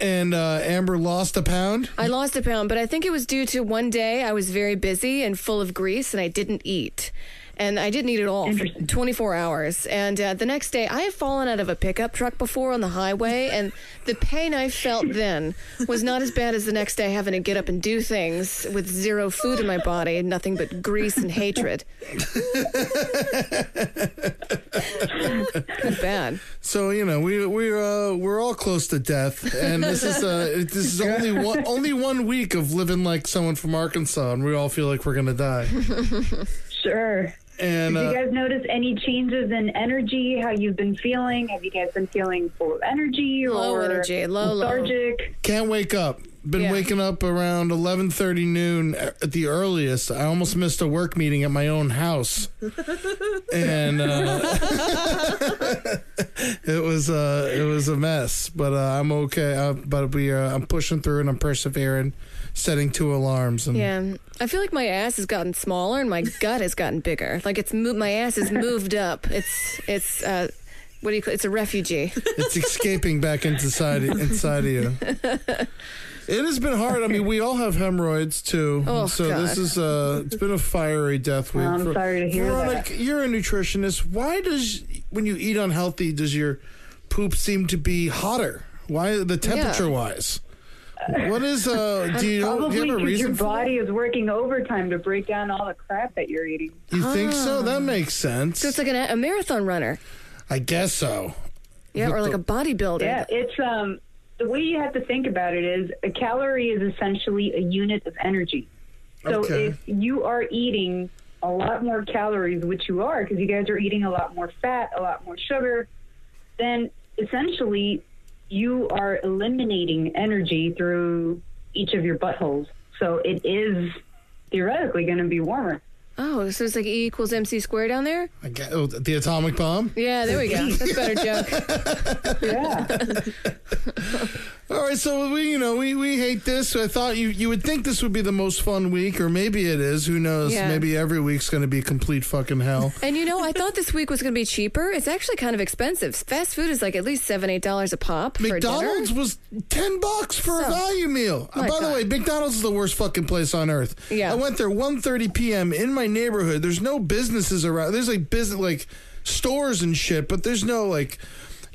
C: and uh, Amber lost a pound.
B: I lost a pound, but I think it was due to one day I was very busy and full of grease and I didn't eat. And I didn't eat at all for 24 hours. And uh, the next day, I had fallen out of a pickup truck before on the highway, and the pain I felt then was not as bad as the next day having to get up and do things with zero food in my body and nothing but grease and hatred. bad.
C: So you know we we uh, we're all close to death, and this is uh, it- this is only one only one week of living like someone from Arkansas, and we all feel like we're gonna die.
F: Sure.
C: And
F: Did you
C: uh,
F: guys notice any changes in energy? How you've been feeling? Have you guys been feeling full of energy or
B: Low energy, low, low.
F: lethargic?
C: can't wake up. Been waking up around 11:30 noon at the earliest. I almost missed a work meeting at my own house. and uh, it was uh, it was a mess, but uh, I'm okay. Uh, but we uh, I'm pushing through and I'm persevering, setting two alarms. And
B: Yeah, I feel like my ass has gotten smaller and my gut has gotten bigger. Like it's moved, my ass has moved up. It's it's uh, what do you call? It's a refugee.
C: it's escaping back into society inside of you. It has been hard. I mean, we all have hemorrhoids too.
F: Oh,
C: so this
F: God.
C: is uh, it's been a fiery death week.
F: Well, I'm
C: for-
F: sorry to hear
C: Veronica, You're a nutritionist. Why does when you eat unhealthy, does your poop seem to be hotter? Why the temperature wise? What is uh? Do you, know, do you
F: Probably
C: have a
F: 'cause
C: reason?
F: your
C: for
F: body
C: it?
F: is working overtime to break down all the crap that you're eating.
C: You think so?
F: Ah.
C: That makes sense.
B: So it's like an, a marathon runner.
C: I guess so.
B: Yeah, or like a bodybuilder.
F: Yeah, it's um the way you have to think about it is a calorie is essentially a unit of energy. So
D: Okay.
F: if you are eating a lot more calories, which you are, because you guys are eating a lot more fat, a lot more sugar, then essentially you are eliminating energy through each of your buttholes. So it is theoretically going to be warmer.
B: Oh, so it's like E equals MC squared down there.
C: I guess, oh, the atomic bomb.
B: Yeah, there we go. That's a better joke.
C: All right, so we you know we, we hate this. I thought you you would think this would be the most fun week, or maybe it is. Who knows?
B: Yeah.
C: Maybe every week's going to be complete fucking hell.
B: And you know, I thought this week was going to be cheaper. It's actually kind of expensive. Fast food is like at least seven, eight dollars a pop.
C: McDonald's
B: for
C: was ten bucks for a
B: So-
C: value meal. Uh,
B: My
C: By the
B: God.
C: way, McDonald's is the worst fucking place on earth.
B: Yeah.
C: I went there 1.30 p.m. in my neighborhood. There's no businesses around. There's like business like stores and shit, but there's no like.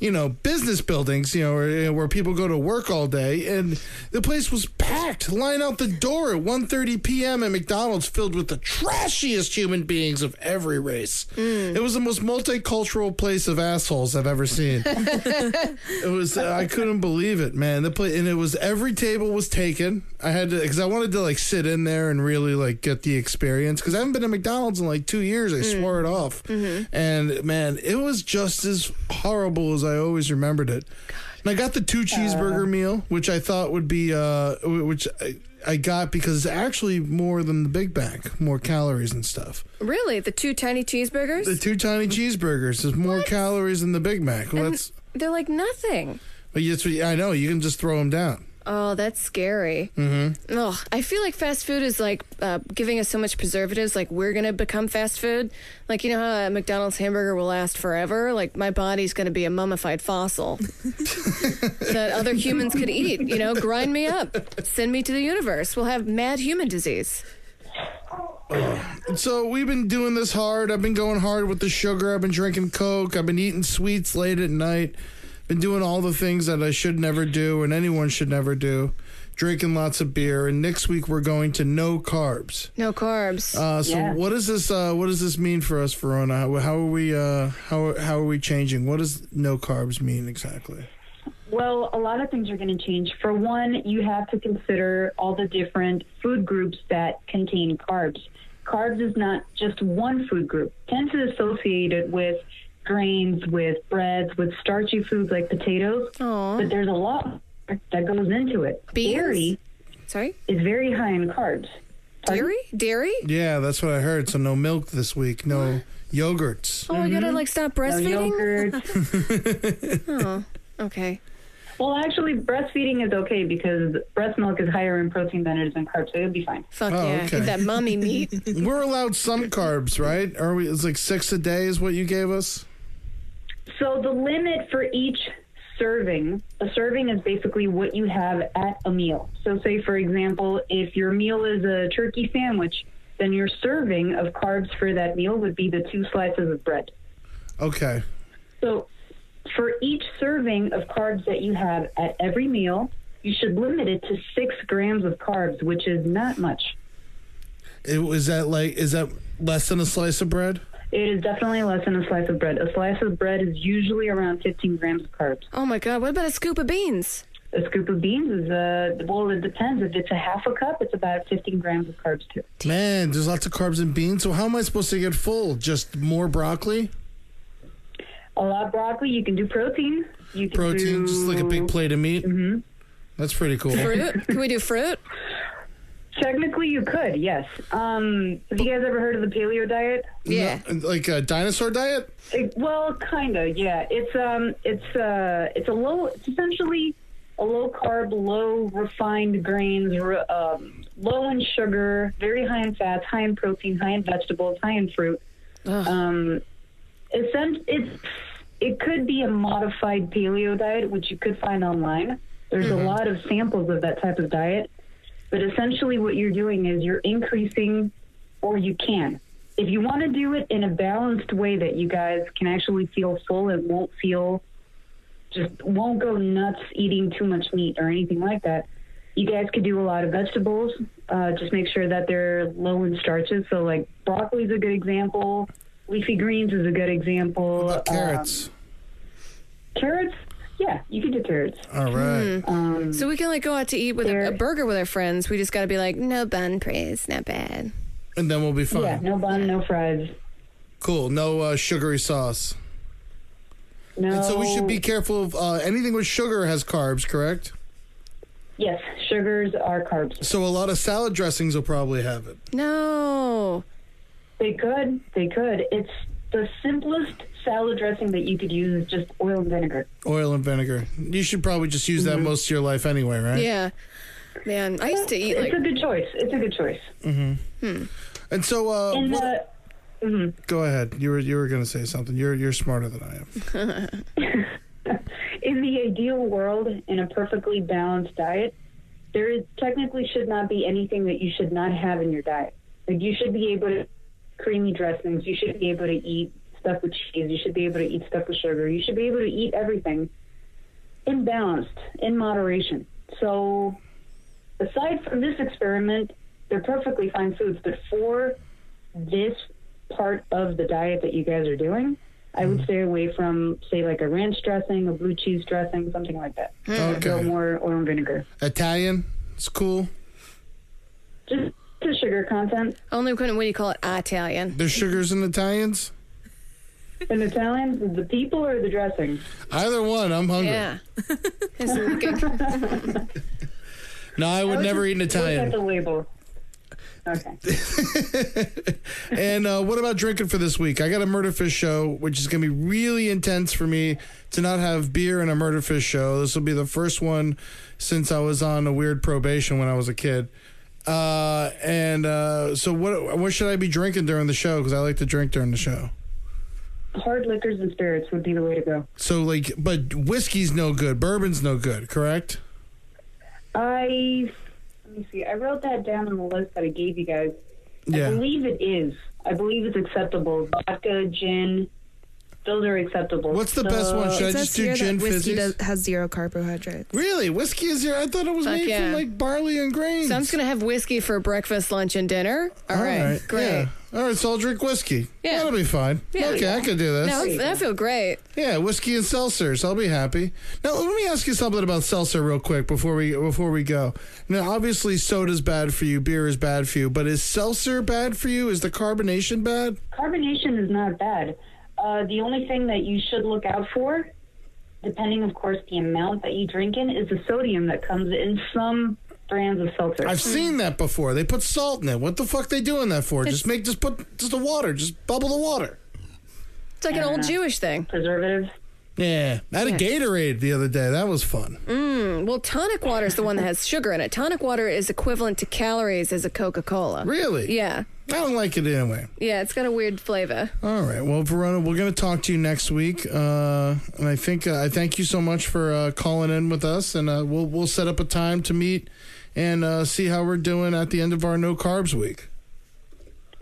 C: You know, business buildings, you know, where, where people go to work all day, and the place was packed. packed line out the door at 1.30 p.m. at McDonald's filled with the trashiest human beings of every race.
B: Mm.
C: It was the most multicultural place of assholes I've ever seen. it was uh, I couldn't believe it, man. The place and it was every table was taken. I had to because I wanted to like sit in there and really like get the experience because I haven't been to McDonald's in like two years. I swore it off, and man, it was just as horrible as I always remembered it. And I got the two cheeseburger meal, which I thought would be uh, wh- which I, I got because it's actually more than the Big Mac, more calories and stuff.
B: Really, the two tiny cheeseburgers?
C: The two tiny cheeseburgers is more calories than the Big Mac. Well, that's
B: They're like nothing.
C: But yes, we- I know you can just throw them down.
B: Oh, that's scary.
C: Mm-hmm.
B: Oh, I feel like fast food is like uh, giving us so much preservatives. Like we're gonna become fast food. Like you know how a McDonald's hamburger will last forever. Like my body's gonna be a mummified fossil that other humans could eat. You know, grind me up, send me to the universe. We'll have mad human disease.
C: So we've been doing this hard. I've been going hard with the sugar. I've been drinking Coke. I've been eating sweets late at night. Been doing all the things that I should never do and anyone should never do. Drinking lots of beer. And next week we're going to no carbs.
B: No carbs.
C: Uh, so what does this uh, what does this mean for us, Verona? How, how are we uh, how how are we changing? What does no carbs mean exactly?
F: Well, a lot of things are going to change. For one, you have to consider all the different food groups that contain carbs. Carbs is not just one food group. It tends to associate it with grains, with breads, with starchy foods like potatoes.
C: Uh,
F: But there's a lot that goes into it.
B: Beans?
F: Dairy,
B: sorry,
F: is very high in carbs.
B: Dairy, dairy.
C: Yeah, that's what I heard. So no milk this week. No yogurts.
B: Oh my
C: Mm-hmm.
B: god, I like stop breastfeeding. oh, okay.
F: Well, actually, breastfeeding is okay because breast milk is higher in protein than it is in carbs, so you'll be fine.
B: Fuck
C: Oh,
B: yeah,
C: okay.
B: Eat that mommy meat.
C: We're allowed some carbs, right? Are we? It's like six a day is what you gave us.
F: So the limit for each serving, a serving is basically what you have at a meal. So say for example, if your meal is a turkey sandwich, then your serving of carbs for that meal would be the two slices of bread.
C: Okay.
F: So for each serving of carbs that you have at every meal, you should limit it to 6 grams of carbs, which is not much.
C: It, is that like is that less than a slice of bread?
F: It is definitely less than a slice of bread. A slice of bread is usually around 15 grams of carbs.
B: Oh my god, what about a scoop of beans?
F: A scoop of beans is uh well, it depends. If it's a half a cup, it's about 15 grams of carbs too.
C: Man, there's lots of carbs in beans. So how am I supposed to get full? Just more broccoli?
F: A lot of broccoli. You can do protein. You can
C: Protein,
F: do
C: just like a big plate of meat. Mm-hmm. That's pretty cool.
B: Fruit? Can we do fruit?
F: Technically, you could. Yes. Um, have you guys ever heard of the paleo diet?
C: Yeah. like a dinosaur diet?
F: It- well, kind of. Yeah. It's um, it's uh, it's a low. It's essentially a low carb, low refined grains, r- um, low in sugar, very high in fats, high in protein, high in vegetables, high in fruit. Um, essen- it's it could be a modified paleo diet, which you could find online. There's a lot of samples of that type of diet. But essentially, what you're doing is you're increasing, or you can. If you want to do it in a balanced way that you guys can actually feel full and won't feel just won't go nuts eating too much meat or anything like that, you guys could do a lot of vegetables. Uh, just make sure that they're low in starches. So, like, broccoli is a good example, leafy greens is a good example.
C: carrots?
F: Um, carrots? Yeah, you could do carrots.
C: All right.
B: so we can like go out to eat with a, a burger with our friends. We just got to be like, no bun, please, not bad.
C: And then we'll be fine.
F: Yeah, no bun, no fries.
C: Cool. No uh, sugary sauce.
F: No.
C: And so we should be careful of uh, anything with sugar has carbs, correct?
F: Yes, sugars are carbs.
C: So a lot of salad dressings will probably have it.
B: No.
F: They could. They could. It's the simplest salad dressing that you could use is just oil and vinegar.
C: Oil and vinegar. You should probably just use that most of your life anyway, right?
B: Yeah. Man, I used to eat like.
F: It's a good choice. It's a good choice.
C: Mm-hmm.
B: Hmm.
C: And so, uh,
F: And
C: what-
F: the, mhm.
C: go ahead. You were you were going to say something. You're you're smarter than I am.
F: in the ideal world, in a perfectly balanced diet, there is technically should not be anything that you should not have in your diet. Like you should be able to creamy dressings. You should be able to eat stuff with cheese. You should be able to eat stuff with sugar. You should be able to eat everything in balanced, in moderation. So aside from this experiment, they're perfectly fine foods. But for this part of the diet that you guys are doing, I
C: Mm-hmm.
F: would stay away from, say, like a ranch dressing, a blue cheese dressing, something like that. Go
C: Okay.
F: Mm-hmm. more oil and vinegar.
C: Italian. It's cool.
F: Just the sugar content.
B: Only when, what do you call it? Italian.
C: There's sugars in Italians.
F: In Italian, the people or the dressing?
C: Either one. I'm hungry.
B: Yeah.
C: No, I would never eat an Italian.
F: Look at the label. Okay.
C: And uh, what about drinking for this week? I got a murder fish show, which is going to be really intense for me to not have beer and a murder fish show. This will be the first one since I was on a weird probation when I was a kid. Uh, and uh, so, what what should I be drinking during the show? Because I like to drink during the show.
F: Hard liquors and spirits would be the way to go.
C: So, like, but whiskey's no good. Bourbon's no good. Correct.
F: I let me see. I wrote that down on the list that I gave you guys.
C: Yeah.
F: I believe it is. I believe it's acceptable. Vodka, gin, those are acceptable.
C: What's the best one? Should I
G: It says
C: just do
G: here that
C: gin
G: whiskey
C: fizzies?
G: does, has zero carbohydrates.
C: Really, whiskey is your? I thought it was
B: Fuck
C: made
B: yeah.
C: from like barley and grains.
B: So I'm just going to have whiskey for breakfast, lunch, and dinner. All right. Great.
C: Yeah. All right, so I'll drink whiskey.
B: Yeah.
C: That'll be fine.
B: Yeah.
C: okay, I can do this.
B: No, I feel great.
C: yeah, whiskey and seltzers. I'll be happy. Now, let me ask you something about seltzer real quick before we before we go. Now, obviously, soda's bad for you, beer is bad for you, but is seltzer bad for you? Is the carbonation bad?
F: Carbonation is not bad. Uh, the only thing that you should look out for, depending, of course, the amount that you drink in, is the sodium that comes in some brands of seltzer.
C: I've
B: Mm.
C: seen that before. They put salt in it. What the fuck they doing that for? just make just put just the water. Just bubble the water.
B: It's like an old Jewish thing.
F: Preservative.
C: Yeah. I had a
B: Yeah.
C: Gatorade the other day. That was fun.
B: Mm, well, tonic water is the one that has sugar in it. Tonic water is equivalent to calories as a Coca Cola.
C: Really?
B: Yeah.
C: I don't like it anyway.
B: Yeah, it's got a weird flavor.
C: All right. Well, Verona, we're going to talk to you next week, uh, and I think uh, I thank you so much for uh, calling in with us, and uh, we'll we'll set up a time to meet and uh, see how we're doing at the end of our no carbs week.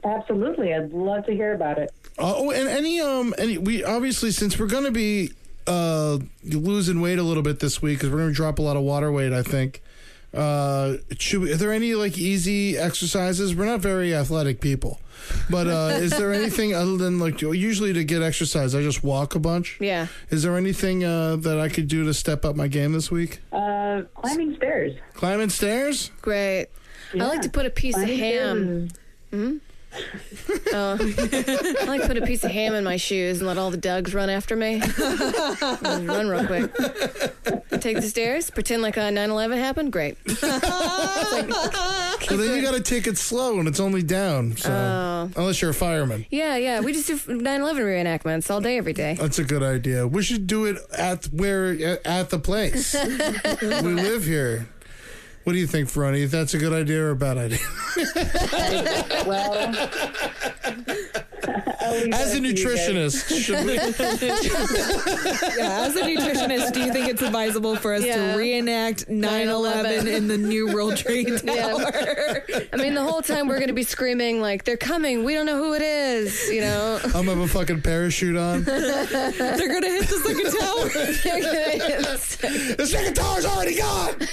F: Absolutely, I'd love to hear about it.
C: Uh, oh, and any um, any we obviously since we're going to be uh losing weight a little bit this week because we're going to drop a lot of water weight, I think. Uh, should we, are there any like easy exercises? We're not very athletic people, but uh, is there anything other than like usually to get exercise? I just walk a bunch.
B: Yeah.
C: Is there anything uh, that I could do to step up my game this week?
F: Uh, climbing stairs.
C: Climbing stairs?
B: Great. I like to put a piece of
F: Climbing
B: ham. Hmm? Oh. I like to put a piece of ham in my shoes and let all the dugs run after me. run real quick. Take the stairs, pretend like a 9 11 happened. Great.
C: Well, then you got to take it slow and it's only down. So
B: Oh.
C: unless you're a fireman,
B: Yeah, yeah. We just do 9 11 reenactments all day, every day.
C: that's a good idea. We should do it at where uh, at the place we live here. What do you think, Veroni? If that's a good idea or a bad idea?
F: well,
C: As a nutritionist, should we?
G: yeah, as a nutritionist, do you think it's advisable for us
B: Yeah.
G: to reenact 9 11 in the new World Trade Tower?
B: I mean, the whole time we're going to be screaming, like, they're coming. We don't know who it is, you know?
C: I'm gonna have a fucking parachute on.
G: They're going to hit the second tower.
C: The second tower's already gone.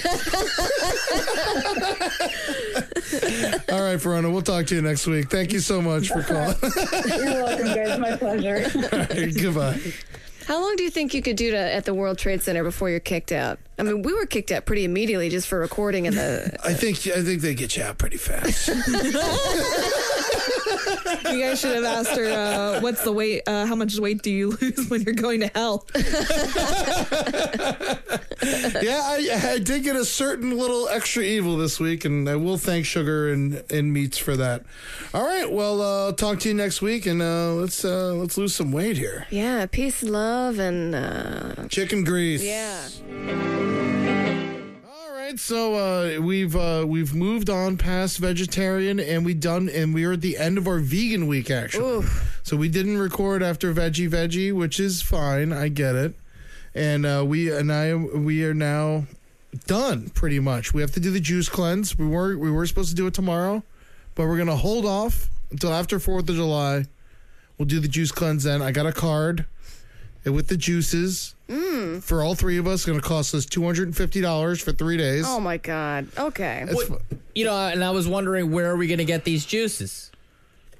C: All right, Verona, we'll talk to you next week. Thank you so much for calling.
F: You're welcome, guys. My pleasure.
C: All right, goodbye.
B: How long do you think you could do to, at the World Trade Center before you're kicked out? I mean, we were kicked out pretty immediately just for recording in the.
C: I think I think they get you out pretty fast.
G: You guys should have asked her, uh, what's the weight? Uh, how much weight do you lose when you're going to hell?
C: yeah, I, I did get a certain little extra evil this week, and I will thank sugar and, and meats for that. All right, well, uh, I'll talk to you next week, and uh, let's uh, let's lose some weight here.
B: Yeah, peace, love, and. Uh,
C: Chicken grease.
B: yeah.
C: All right, so uh, we've uh, we've moved on past vegetarian, and we done, and we are at the end of our vegan week actually. So we didn't record after veggie veggie, which is fine. I get it, and uh, we and I we are now done pretty much. We have to do the juice cleanse. We were we were supposed to do it tomorrow, but we're gonna hold off until after Fourth of July. We'll do the juice cleanse then. I got a card and with the juices for all three of us. Going to cost us two hundred and fifty dollars for three days.
B: Oh my god. Okay.
D: You know, and I was wondering where are we going to get these juices?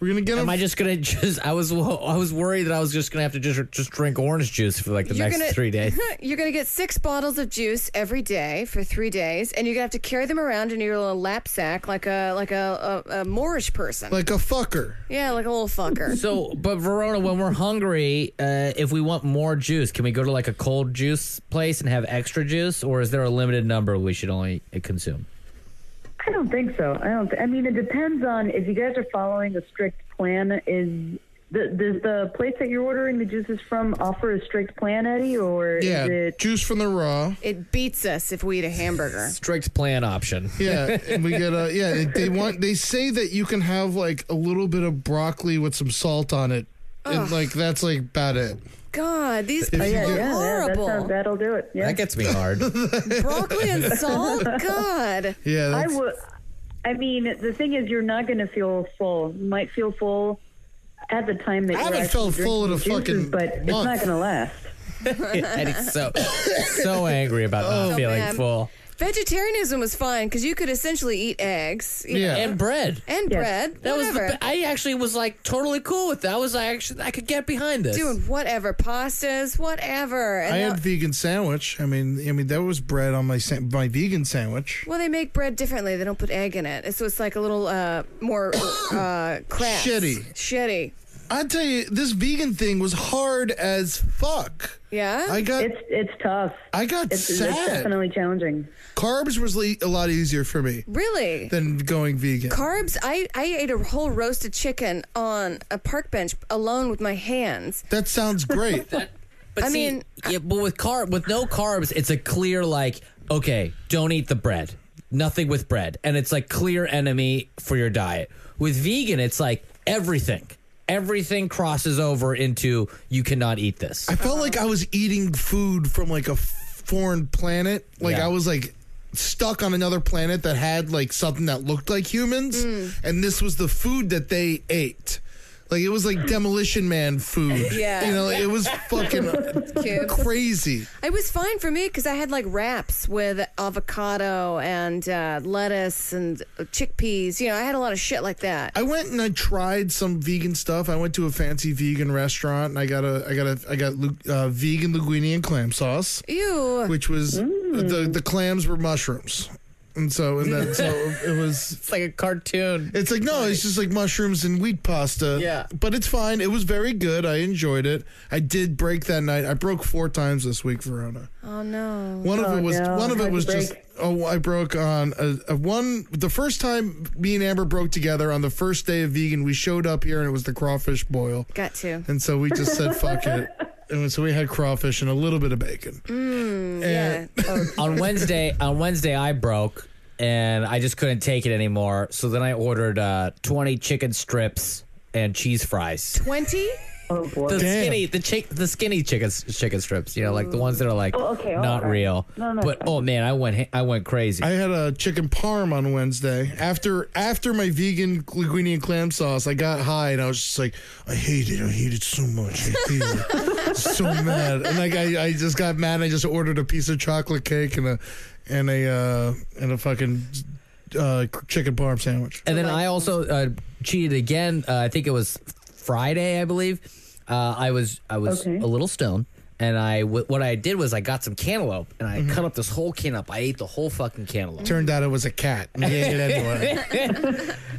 C: We're gonna get.
D: Am I just gonna just? I was I was worried that I was just gonna have to just just drink orange juice for like the next three days.
B: you're gonna get six bottles of juice every day for three days, and you're gonna have to carry them around in your little lap sack like a like a, a, a Moorish person.
C: Like a fucker.
B: yeah, like a little fucker.
D: So, but Verona, when we're hungry, uh, if we want more juice, can we go to like a cold juice place and have extra juice, or is there a limited number we should only uh, consume?
F: I don't think so. I don't. I mean, it depends on if you guys are following a strict plan. Is the does the place that you're ordering the juices from offer a strict plan, Eddie, or is it
C: juice from the raw.
B: It beats us if we eat a hamburger.
D: Strict plan option.
C: Yeah, and we get a yeah. They, they want they say that you can have like a little bit of broccoli with some salt on it,
B: Ugh.
C: and like that's like about it.
B: God, these
C: If
B: people
C: you
B: are
C: get- Yeah, yeah, that
B: horrible.
C: sounds
F: that'll do it? Yeah.
D: That gets me hard.
B: Broccoli and salt. God.
C: Yeah,
F: I
C: that's-
F: would. I mean, the thing is, you're not going to feel full. You might feel full at the time that
C: I
F: you're
C: haven't
F: actually
C: felt full in a
F: drinking
C: fucking
F: juices, but it's
C: month.
F: not going to last.
D: and he's so so angry about not
B: Oh,
D: feeling
B: man.
D: full.
B: Vegetarianism was fine because you could essentially eat eggs. you know.
D: and bread
B: And bread.
D: That was the.
B: whatever.
D: be- I actually was like totally cool with that. I was I actually I could get behind this.
B: Doing whatever pastas, whatever. And
C: I
B: now-
C: had vegan sandwich. I mean, I mean that was bread on my sa- my vegan sandwich.
B: well, they make bread differently. They don't put egg in it, so it's like a little uh, more uh, crass.
C: Shitty.
B: Shitty.
C: I tell you, this vegan thing was hard as fuck.
B: Yeah,
C: I got
F: it's it's tough.
C: I got
F: It's, it's
C: sad.
F: definitely challenging.
C: Carbs was le- a lot easier for me
B: Really?
C: than going vegan.
B: Carbs. I, I ate a whole roasted chicken on a park bench alone with my hands.
C: That sounds great.
D: But
B: I
D: see,
B: mean-
D: yeah, but with carb, with no carbs, it's a clear like, okay, don't eat the bread. Nothing with bread, and it's like clear enemy for your diet. With vegan, it's like everything, everything crosses over into you cannot eat this.
C: I felt like I was eating food from like a foreign planet. Like
D: Yeah.
C: I was like stuck on another planet that had like something that looked like humans, and this was the food that they ate. Like it was like demolition man food.
B: Yeah.
C: you know, it was fucking
B: Cute.
C: crazy.
B: It was fine for me because I had like wraps with avocado and uh, lettuce and chickpeas. You know, I had a lot of shit like that.
C: I went and I tried some vegan stuff. I went to a fancy vegan restaurant and I got a I got a I got lu- uh, vegan linguine and clam sauce.
B: Ew.
C: Which was the the clams were mushrooms. And so and then so it was It's
D: like a cartoon.
C: It's like no, it's just like mushrooms and wheat pasta.
D: Yeah.
C: But it's fine. It was very good. I enjoyed it. I did break that night. I broke four times this week, Verona.
B: Oh no.
C: One of it was one of it was just oh I broke on a, a one the first time me and Amber broke together on the first day of vegan we showed up here and it was the crawfish boil
B: Got to.
C: and so we just said fuck it and so we had crawfish and a little bit of bacon
B: Mm,
C: And-
B: yeah. Oh,
D: on Wednesday, on Wednesday, I broke and I just couldn't take it anymore. So then I ordered uh, twenty chicken strips and cheese fries.
B: 20?
F: Oh boy.
D: The skinny, the chick, the skinny chicken chicken strips. You know, like the ones that are like
F: Oh, okay, all
D: not
F: right.
D: real.
F: No, no,
D: but oh man, I went ha- I went crazy.
C: I had a chicken parm on Wednesday after after my vegan linguine and clam sauce I got high and I was just like I hate it I hate it so much I hate it so mad and like I, I just got mad I just ordered a piece of chocolate cake and a and a uh, and a fucking uh, chicken parm sandwich
D: And then I also uh, cheated again. Uh, I think it was Friday, I believe. Uh, I was I was a little stoned, and I w- what I did was I got some cantaloupe and I cut up this whole can up. I ate the whole fucking cantaloupe.
C: turned out it was a cat and we ate it anyway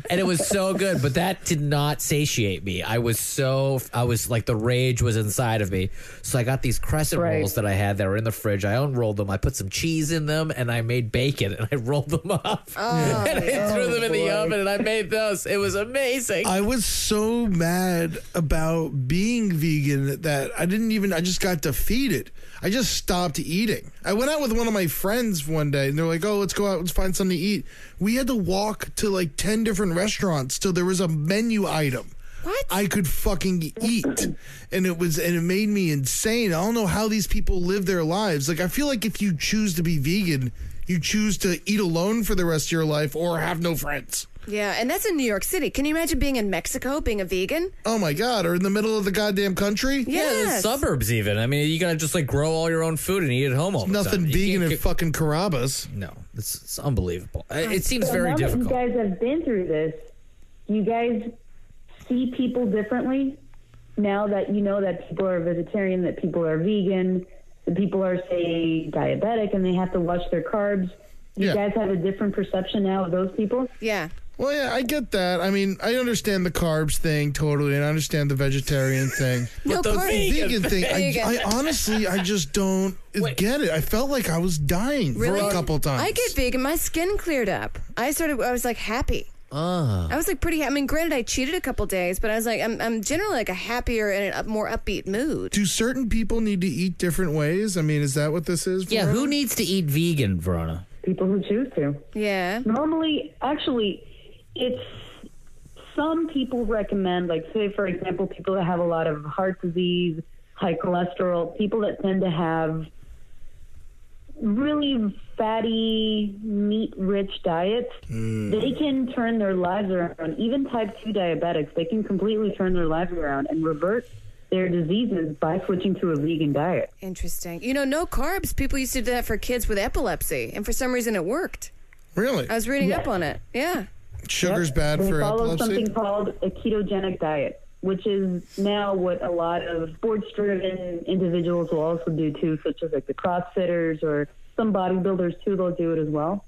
D: and it was so good but that did not satiate me i was so i was like the rage was inside of me so i got these crescent rolls that i had that were in the fridge i unrolled them i put some cheese in them and i made bacon and i rolled them up
F: Oh,
D: and i threw them in the oven and i made those it was amazing
C: I was so mad about being vegan that I didn't even, I just got defeated. I just stopped eating. I went out with one of my friends one day and they're like, oh, let's go out, let's find something to eat. We had to walk to like 10 different restaurants till there was a menu item.
B: What?
C: I could fucking eat. And it was, and it made me insane. I don't know how these people live their lives. Like, I feel like if you choose to be vegan, you choose to eat alone for the rest of your life or have no friends.
B: Yeah, and that's in New York City. Can you imagine being in Mexico, being a vegan?
C: Oh my God! Or in the middle of the goddamn country?
B: Yes.
D: Yeah, the suburbs even. I mean, you gotta just like grow all your own food and eat at home all the
C: Nothing
D: time. You
C: vegan
D: can't
C: in
D: get-
C: fucking Carrabba's.
D: No, it's, it's unbelievable. I- It seems
F: So
D: very
F: now that
D: difficult.
F: You guys have been through this. You guys see people differently now that you know that people are vegetarian, that people are vegan, that people are say diabetic, and they have to watch their carbs. You
C: Yeah.
F: guys have a different perception now of those people.
B: Yeah.
C: Well, yeah, I get that. I mean, I understand the carbs thing totally, and I understand the vegetarian thing.
B: No,
C: the
B: the carbs.
C: vegan,
B: vegan
C: thing,
B: thing.
C: I, I honestly, I just don't get it. I felt like I was dying for a couple times.
B: I get vegan. My skin cleared up. I sort of, I was like happy.
D: Ah.
B: I was like pretty. I mean, granted, I cheated a couple days, but I was like, I'm, I'm generally like a happier and a more upbeat mood.
C: Do certain people need to eat different ways? I mean, is that what this is? For
D: yeah, who needs to eat vegan, Verona?
F: People who choose to.
B: Yeah.
F: Normally, actually, it's some people recommend, like, say, for example, people that have a lot of heart disease, high cholesterol, people that tend to have really fatty, meat rich diets, they can turn their lives around. Even type 2 diabetics, they can completely turn their lives around and revert their diseases by switching to a vegan diet.
B: Interesting. You know, no carbs. People used to do that for kids with epilepsy, and for some reason it worked.
C: Really?
B: I was reading
F: Yes.
B: up on it. Yeah.
C: Sugar's bad
F: they
C: for
F: follow
C: epilepsy.
F: something called a ketogenic diet, which is now what a lot of sports-driven individuals will also do too, such as like the CrossFitters or some bodybuilders too. They'll do it as well.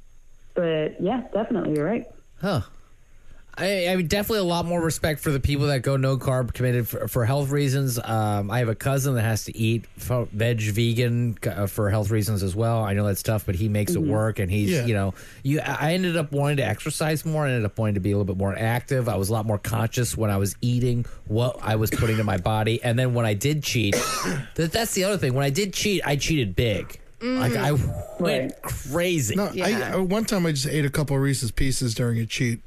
F: But yeah, definitely, you're right.
D: Huh. I, I mean, definitely a lot more respect for the people that go no carb committed for, for health reasons. Um, I have a cousin that has to eat fo- veg vegan uh, for health reasons as well. I know that's tough, but he makes
E: Mhm.
D: it work, and he's
E: Yeah.
D: you know, you. I I ended up wanting to exercise more. I ended up wanting to be a little bit more active. I was a lot more conscious when I was eating, what I was putting in my body, and then when I did cheat, that, that's the other thing. When I did cheat, I cheated big. Like I went crazy.
C: No, I, uh, one time I just ate a couple of Reese's Pieces during a cheat.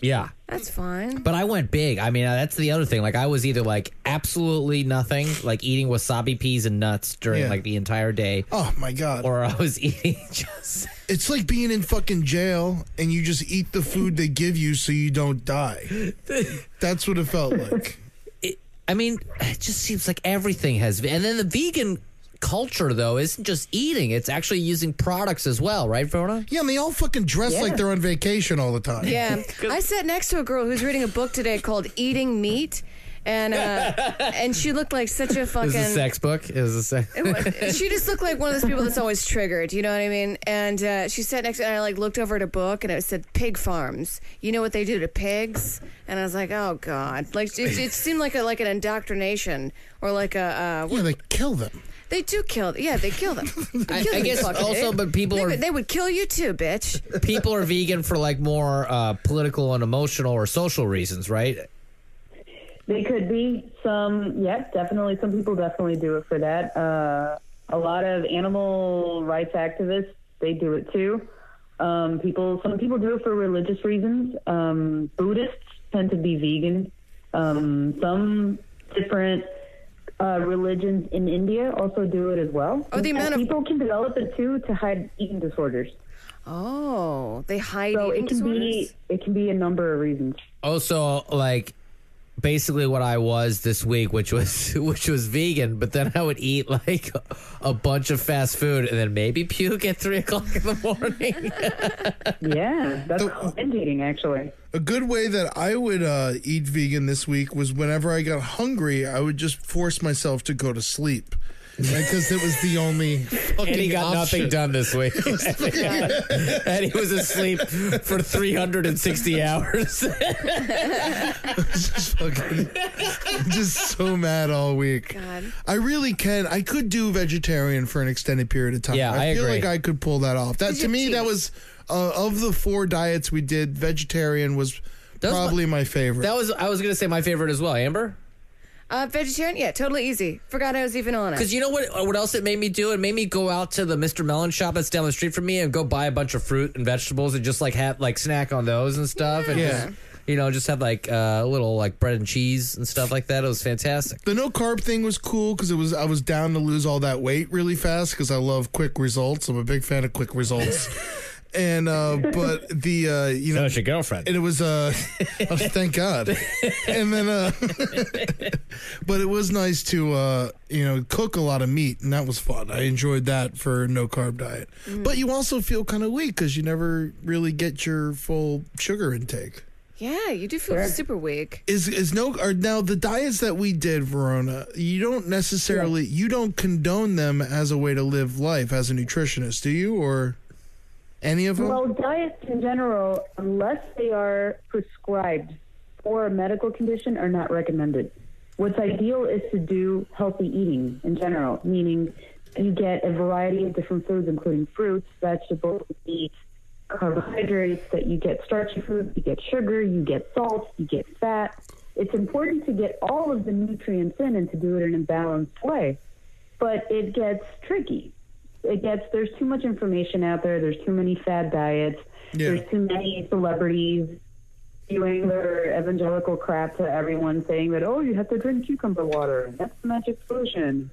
D: yeah.
B: That's fine.
D: But I went big. I mean, uh, that's the other thing. Like, I was either like absolutely nothing, like eating wasabi peas and nuts during
C: Yeah.
D: like the entire day.
C: Oh my god!
D: Or I was eating just.
C: It's like being in fucking jail and you just eat the food they give you so you don't die. That's what it felt like.
D: I mean, it just seems like everything has. And then the vegan culture, though, isn't just eating; it's actually using products as well, right, Verona?
C: Yeah, and they all fucking dress
B: Yeah.
C: like they're on vacation all the time.
B: Yeah. I sat next to a girl who's reading a book today called Eating Meat, and uh, and she looked like such a
D: It
B: fucking.
D: was a sex book. It was a sex.
B: she just looked like one of those people that's always triggered. You know what I mean? And uh, she sat next, and I like looked over at a book, and it said pig farms. You know what they do to pigs? And I was like, oh god, like it, it seemed like a like an indoctrination or like a. Uh,
C: yeah, they kill them.
B: They do kill. Yeah, they kill them. They
D: I-
B: kill
D: I
B: them,
D: guess
B: fucking
D: also,
B: pig.
D: but people
B: they,
D: are-
B: would- they would kill you too, bitch.
D: People are vegan for like more uh, political and emotional or social reasons, right?
F: They could be some, yes, definitely. Some people definitely do it for that. Uh, a lot of animal rights activists, they do it too. Um, people, some people do it for religious reasons. Um, Buddhists tend to be vegan. Um, some different uh, religions in India also do it as well.
B: Oh, the
F: And
B: amount of-
F: people can develop it too to hide eating disorders.
B: Oh, they hide
F: So
B: eating
F: it can be
B: disorders?
F: it can be a number of reasons.
D: also like basically what I was this week, which was which was vegan, but then I would eat like a bunch of fast food and then maybe puke at three o'clock in the morning.
F: Yeah, that's called binge eating, actually.
C: A good way that I would uh, eat vegan this week was whenever I got hungry, I would just force myself to go to sleep because it was the only fucking
D: and he got
C: option.
D: nothing done this week. and he was asleep for three hundred and sixty hours.
C: just fucking, just so mad all week. I really can. I could do vegetarian for an extended period of time.
D: Yeah, I
C: feel
D: agree.
C: like I could pull that off. That
D: Did
C: to
D: you
C: me, that
D: cheat?
C: was uh, of the four diets we did. Vegetarian was
D: was my-
C: probably my, favorite.
D: that was I was gonna say my favorite as well, Amber.
B: Uh, vegetarian? Yeah, totally easy. Forgot I was even on it.
D: Because you know what? What else it made me do? It made me go out to the Mr. Melon shop that's down the street from me and go buy a bunch of fruit and vegetables and just like have like snack on those and stuff. And
C: Yeah.
D: just, you know, just have like uh, little like bread and cheese and stuff like that. It was fantastic.
C: the no carb thing was cool because it was I was down to lose all that weight really fast because I love quick results. I'm a big fan of quick results. and uh, but the uh, you know,
D: it's your girlfriend,
C: and it was uh, oh, thank God, and then uh, but it was nice to uh, you know cook a lot of meat, and that was fun. I enjoyed that for a no carb diet,
B: Mm.
C: but you also feel kind of weak because you never really get your full sugar intake.
B: Yeah, you do feel
C: Sure.
B: super weak.
C: Is is no or now the diets that we did, Verona? You don't necessarily you don't condone them as a way to live life as a nutritionist, do you? Or any of them?
F: Well, diets in general, unless they are prescribed for a medical condition, are not recommended. What's ideal is to do healthy eating in general, meaning you get a variety of different foods, including fruits, vegetables, meat, carbohydrates, that you get starchy foods, you get sugar, you get salt, you get fat. It's important to get all of the nutrients in and to do it in a balanced way. But it gets tricky it gets there's too much information out there. There's too many fad diets. There's too many celebrities doing their evangelical crap to everyone, saying that oh, you have to drink cucumber water and that's the magic solution.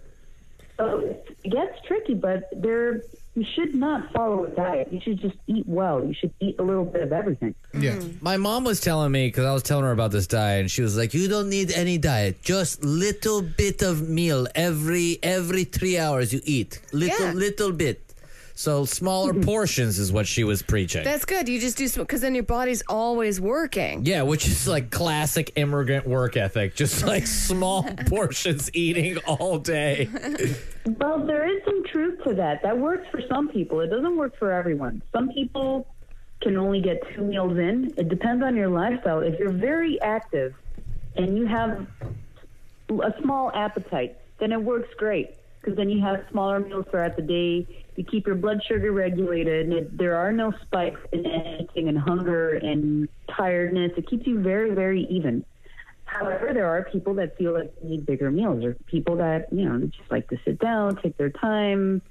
F: So it gets tricky, but there you should not follow a diet. You should just eat well. You should eat a little bit of everything.
C: Yeah.
B: mm.
D: My mom was telling me because I was telling her about this diet, and she was like, "You don't need any diet. Just little bit of meal every every three hours. You eat little
B: Yeah.
D: little bit. So smaller portions is what she was preaching.
B: That's good. You just do some because then your body's always working.
D: yeah, which is like classic immigrant work ethic. Just like small portions eating all day.
F: Well, there is some truth to that. That works for some people. It doesn't work for everyone. Some people can only get two meals in. It depends on your lifestyle. If you're very active and you have a small appetite, then it works great because then you have smaller meals throughout the day. You keep your blood sugar regulated, and it, there are no spikes in anything, and hunger and tiredness. It keeps you very, very even. However, there are people that feel like they need bigger meals, or people that you know just like to sit down, take their time,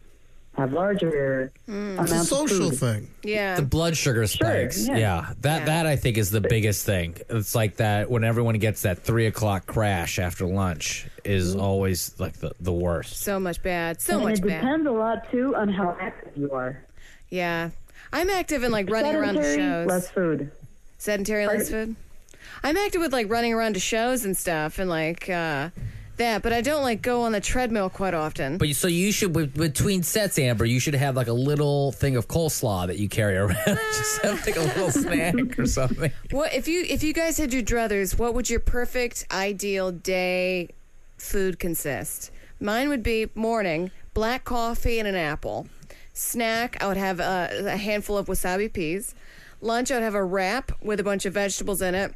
F: have larger
B: Hmm.
F: amounts of food.
B: Yeah.
D: The blood sugar spikes.
F: yeah.
D: yeah. That that I think is the biggest thing. It's like that when everyone gets that three o'clock crash after lunch is always like the, the worst.
B: So much bad. So
F: and
B: much
F: it
B: bad.
F: depends a lot too on how active you are.
B: Yeah. I'm active in like running around to
F: Sedentary,
B: shows.
F: less food.
B: Sedentary less food. I'm active with like running around to shows and stuff and like uh that, but I don't like go on the treadmill quite often.
D: But you, so you should be- between sets, Amber, you should have like a little thing of coleslaw that you carry around. Just have like a little snack or something.
B: What if you if you guys had your druthers, what would your perfect ideal day food consist? Mine would be morning, black coffee and an apple. Snack, I would have uh, a, a handful of wasabi peas. Lunch, I would have a wrap with a bunch of vegetables in it.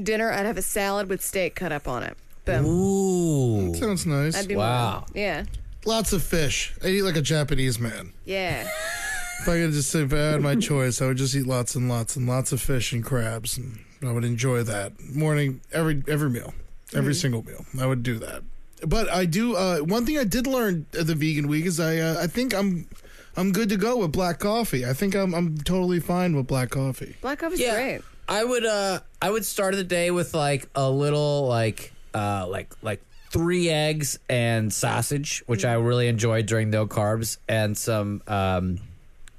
B: Dinner, I'd have a salad with steak cut up on it. Boom.
D: Ooh,
C: sounds nice.
B: That'd be mine. Yeah.
C: Lots of fish. I eat like a Japanese man.
B: Yeah.
C: If I could just, if I had my choice, I would just eat lots and lots and lots of fish and crabs, and I would enjoy that morning every every meal, every single meal. I would do that. But I do uh, one thing I did learn at the vegan week is I uh, I think I'm I'm good to go with black coffee. I think I'm I'm totally fine with black coffee.
B: Black coffee's great.
D: I would uh I would start the day with like a little like uh like like three eggs and sausage, which I really enjoyed during no carbs, and some um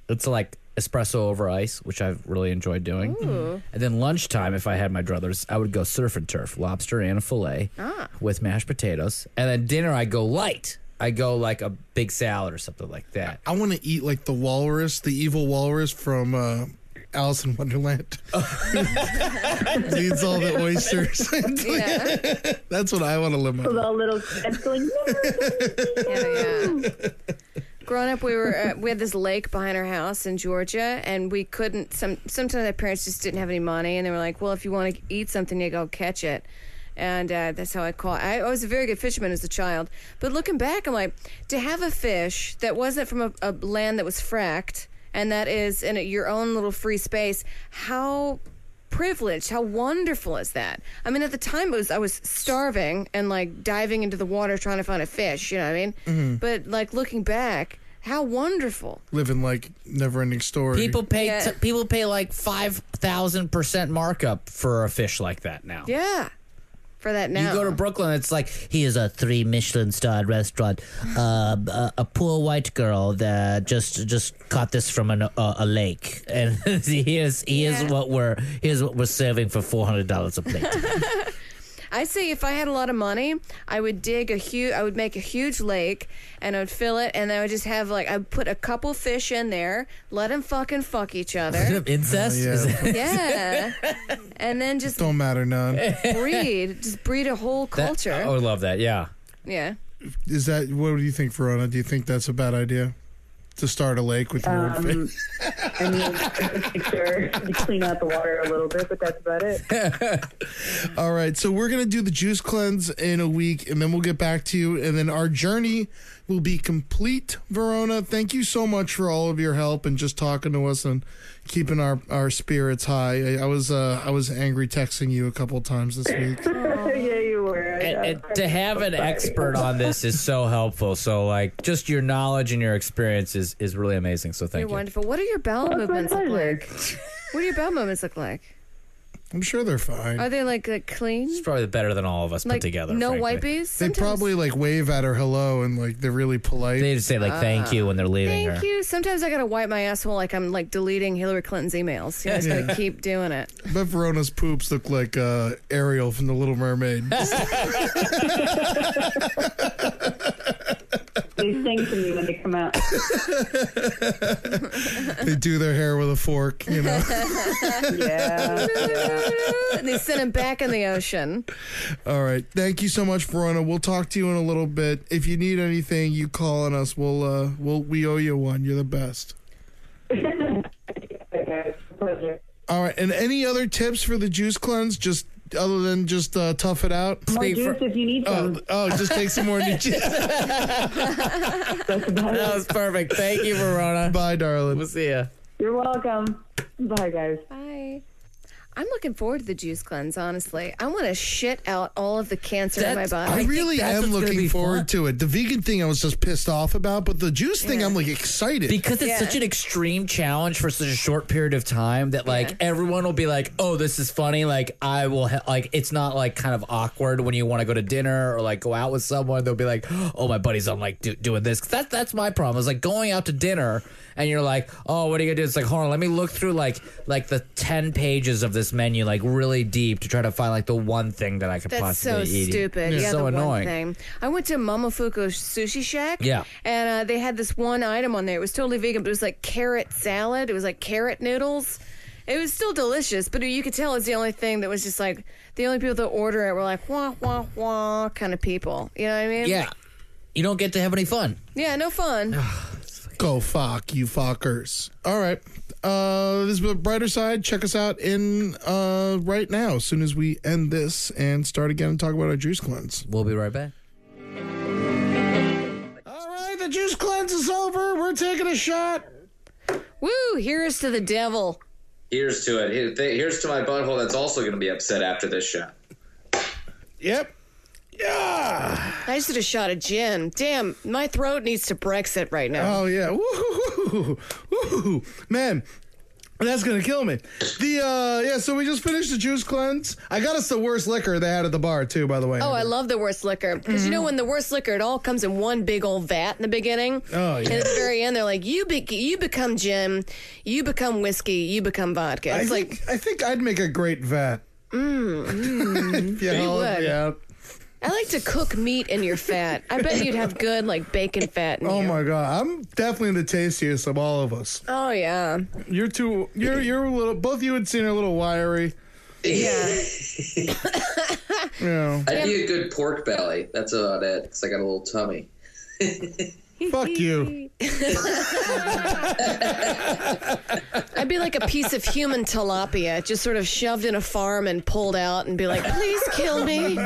D: it's like espresso over ice, which I've really enjoyed doing.
B: Ooh.
D: And then lunchtime, if I had my druthers, I would go surf and turf, lobster and a fillet
B: Ah.
D: with mashed potatoes. And then dinner I go light. I go like a big salad or something like that.
C: I want to eat like the walrus, the evil walrus from uh, Alice in Wonderland. Needs all the oysters. That's what I want to live my
F: So the little kids going,
B: Oh, Growing up, we were uh, we had this lake behind our house in Georgia, and we couldn't. Some sometimes our parents just didn't have any money, and they were like, "Well, if you want to eat something, you go catch it." And uh, that's how I caught. I, I was a very good fisherman as a child, but looking back, I'm like, to have a fish that wasn't from a, a land that was fracked, and that is in a, your own little free space. How privileged how wonderful is that i mean at the time it was i was starving and like diving into the water trying to find a fish you know what i mean
H: Mm-hmm.
C: Mhm.
B: but like looking back how wonderful
C: living like never ending story.
D: People pay
B: Yeah.
D: t- people pay like five thousand percent markup for a fish like that now.
B: yeah for that now.
H: You go to Brooklyn, it's like he is a three Michelin starred restaurant. Uh,
D: Um,
H: a, a poor white girl that just just caught this from an, a, a lake, and here's here's
B: Yeah.
H: what we're here's what we're serving for four hundred dollars a plate.
B: I say if I had a lot of money, I would dig a huge, I would make a huge lake and I would fill it and I would just have like, I'd put a couple fish in there, let them fucking fuck each other.
D: Incest? Is that-
B: yeah. And then just
C: Don't matter none.
B: breed, just breed a whole culture.
C: That-
D: I
H: oh,
D: would love that. Yeah.
B: yeah.
C: Is that what do you think, Verona? Do you think that's a bad idea to start a lake with your own
F: Um,
C: fish?
F: I mean, make sure you clean out the water a little bit, but that's about it.
C: All right, so we're gonna do the juice cleanse in a week, and then we'll get back to you, and then our journey will be complete. Verona, thank you so much for all of your help and just talking to us and keeping our, our spirits high. I, I was uh, I was angry texting you a couple times this week.
F: yeah, you were.
D: And to have an expert on this is so helpful. So like just your knowledge and your experience is, is really amazing. So thank
B: You're
D: you.
B: wonderful. What do your bowel
F: Well, it's my
B: movements look like? What do your bowel movements look like?
C: I'm sure they're fine.
B: Are they like, like clean?
D: It's probably better than all of us
B: Like,
D: put together.
B: no
D: frankly.
B: wipies? Sometimes-
C: They probably like wave at her hello and like they're really polite.
D: They just say like thank you when they're leaving
B: Thank
D: her.
B: you. Sometimes I gotta wipe my asshole like I'm like deleting Hillary Clinton's emails. You know, I just
C: Yeah.
B: gotta keep doing it.
C: I bet Verona's poops look like uh, Ariel from The Little Mermaid.
F: They sing to me when they come out.
C: they do their hair with a fork, you know.
F: yeah.
B: and they send him back in the ocean.
C: All right. Thank you so much, Verona. We'll talk to you in a little bit. If you need anything, you call on us. We'll uh we'll we owe you one. You're the best. All right. And any other tips for the juice cleanse? Just other than just uh, tough it out.
F: More juice if you need
C: Oh,
F: some.
C: oh, just take some more new juice.
D: That was perfect. Thank you, Verona.
C: Bye, darling.
D: We'll see ya.
F: You're welcome. Bye, guys.
B: Bye. I'm looking forward to the juice cleanse, honestly. I want to shit out all of the cancer in my
C: That's-
B: body.
C: I, really am looking forward to it. The vegan thing I was just pissed off about, but the juice thing I'm like excited
D: Because it's such an extreme challenge for such a short period of time that like everyone will be like, "Oh, this is funny." Like I will ha- like it's not like kind of awkward when you want to go to dinner or like go out with someone. They'll be like, "Oh, my buddy's on like do- doing this." 'Cause That's that's my problem. It's like going out to dinner and you're like, "Oh, what are you gonna do?" It's like, hold on, let me look through like like the ten pages of this menu like really deep to try to find like the one thing that I could
B: That's so
D: possibly eat.
B: stupid.
D: It's
B: Yeah,
D: so
B: the
D: annoying.
B: one thing. I went to Momofuku Sushi Shack.
D: Yeah.
B: And uh, they had this one item on there. It was totally vegan, but it was like carrot salad. It was like carrot noodles. It was still delicious, but you could tell it's the only thing that was just like the only people that order it were like wah wah wah kind of people. You know what I mean?
D: Yeah, you don't get to have any fun.
B: Yeah. No fun.
C: Go fuck you fuckers. All right. Uh this is the brighter side. Check us out in uh right now as soon as we end this and start again and talk about our juice cleanse.
D: We'll be right back.
C: All right, the juice cleanse is over. We're taking a shot.
B: Woo! Here's to the devil.
E: Here's to it. Here- th- Here's to my butthole that's also going to be upset after this shot.
C: Yep.
B: I just did a shot of gin. Damn, my throat needs to Brexit right now.
C: Oh yeah. Woo-hoo-hoo-hoo. Woo-hoo-hoo. Man, that's gonna kill me. The uh yeah, so we just finished the juice cleanse. I got us the worst liquor they had at the bar too, by the way.
B: Oh, I love the worst liquor because
C: Mm-hmm.
B: you know when the worst liquor it all comes in one big old vat in the beginning.
C: Oh,
B: And
C: yeah.
B: at the very end, they're like, "You be- you become gin, you become whiskey, you become vodka."
C: I
B: It's
C: think,
B: like,
C: I think I'd make a great vat.
B: mm, mm.
C: Yeah,
B: you
C: I'll-
B: would.
C: yeah.
B: I like to cook meat in your fat. I bet you'd have good like bacon fat. In
C: Oh
B: you.
C: my god, I'm definitely the tastiest of all of us.
B: Oh yeah.
C: You're too. You're you're a little. Both you and Cena are a little wiry.
B: Yeah.
C: Yeah.
E: I'd be a good pork belly. That's about it. Because I got a little tummy.
C: Fuck you.
B: I'd be like a piece of human tilapia, just sort of shoved in a farm and pulled out, and be like, "Please kill me."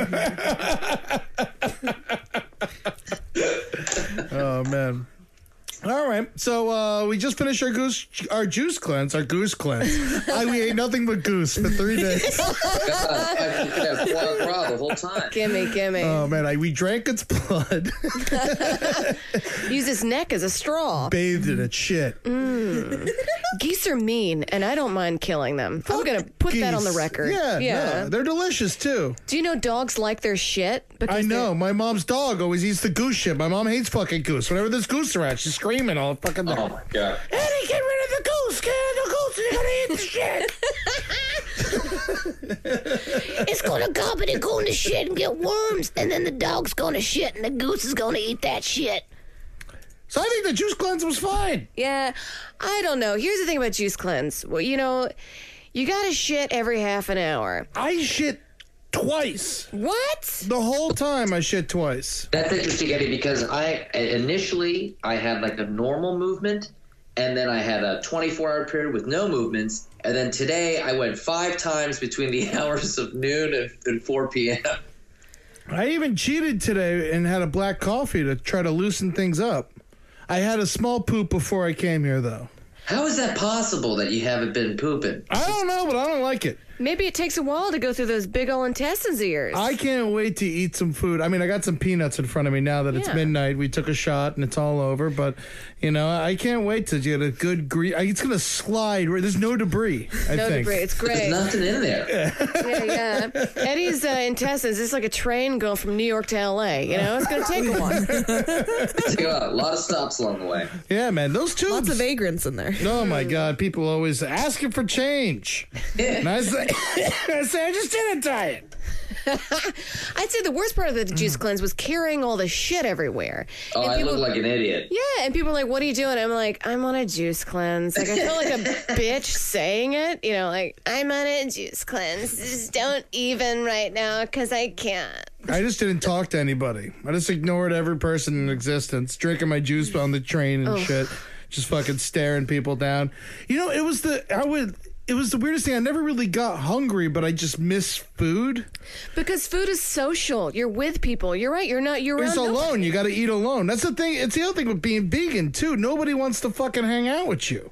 C: Oh man. All right, so uh, we just finished our goose, our juice cleanse, our goose cleanse. I, we ate nothing but goose for three days.
E: I could have foie gras the whole time.
B: gimme, gimme.
C: Oh man, I, we drank its blood,
B: Use his neck as a straw.
C: bathed in its shit.
B: Mm. Geese are mean, and I don't mind killing them. I'm gonna put that on the
C: Geese.
B: record.
C: Yeah, yeah. they're delicious too.
B: Do you know dogs like their shit?
C: I know. My mom's dog always eats the goose shit. My mom hates fucking goose. Whenever there's goose around, she's screaming all fucking day.
E: Yeah.
I: Eddie, get rid of the goose! Get rid of the goose! You're gonna eat the shit!
F: It's gonna gobble and go in the shit and get worms, and then the dog's gonna shit, and the goose is gonna eat that shit.
C: So I think the juice cleanse was fine.
B: Yeah, I don't know. Here's the thing about juice cleanse. Well, you know, you gotta shit every half an hour.
C: I shit twice.
B: What?
C: The whole time I shit twice.
J: That's
E: interesting, Eddie, because I initially I had like a normal movement, and then I had a 24-hour period with no movements, and then today I went five times between the hours of noon and, and 4 p.m.
C: I even cheated today and had a black coffee to try to loosen things up. I had a small poop before I came here, though.
E: How is that possible that you haven't been pooping?
C: I don't know, but I don't like it.
B: Maybe it takes a while to go through those big old intestines of yours.
C: I can't wait to eat some food. I mean, I got some peanuts in front of me now that it's
B: Yeah.
C: midnight. We took a shot and it's all over, but you know, I can't wait to get a good green. It's gonna slide. right- There's no debris. I
B: no
C: think.
B: debris. It's great. yeah, yeah. Eddie's uh, intestines. It's like a train going from New York to L.A. You know, it's gonna take a while.
E: Take a lot of stops along the way.
C: Yeah, man, those tubes. Lots of
K: vagrants in there.
C: Oh my God, people always asking for change. and I say, I say, I just did a diet.
B: I'd say the worst part of the juice cleanse was carrying all the shit everywhere.
E: Oh,
B: And
E: I
B: people-
E: look like an idiot.
B: Yeah, and people are like, "What are you doing?" I'm like, "I'm on a juice cleanse." Like I feel like a bitch saying it, you know, like I'm on a juice cleanse. Just don't even right now because I can't.
C: I just didn't talk to anybody. I just ignored every person in existence, drinking my juice on the train and
B: Ugh.
C: shit, just fucking staring people down. You know, it was the I would. It was the weirdest thing. I never really got hungry, but I just miss food.
B: Because food is social. You're with people. You're right. You're not. You're
C: It's
B: around
C: alone. You got to eat alone. That's the thing. It's the other thing with being vegan too. Nobody wants to fucking hang out with you.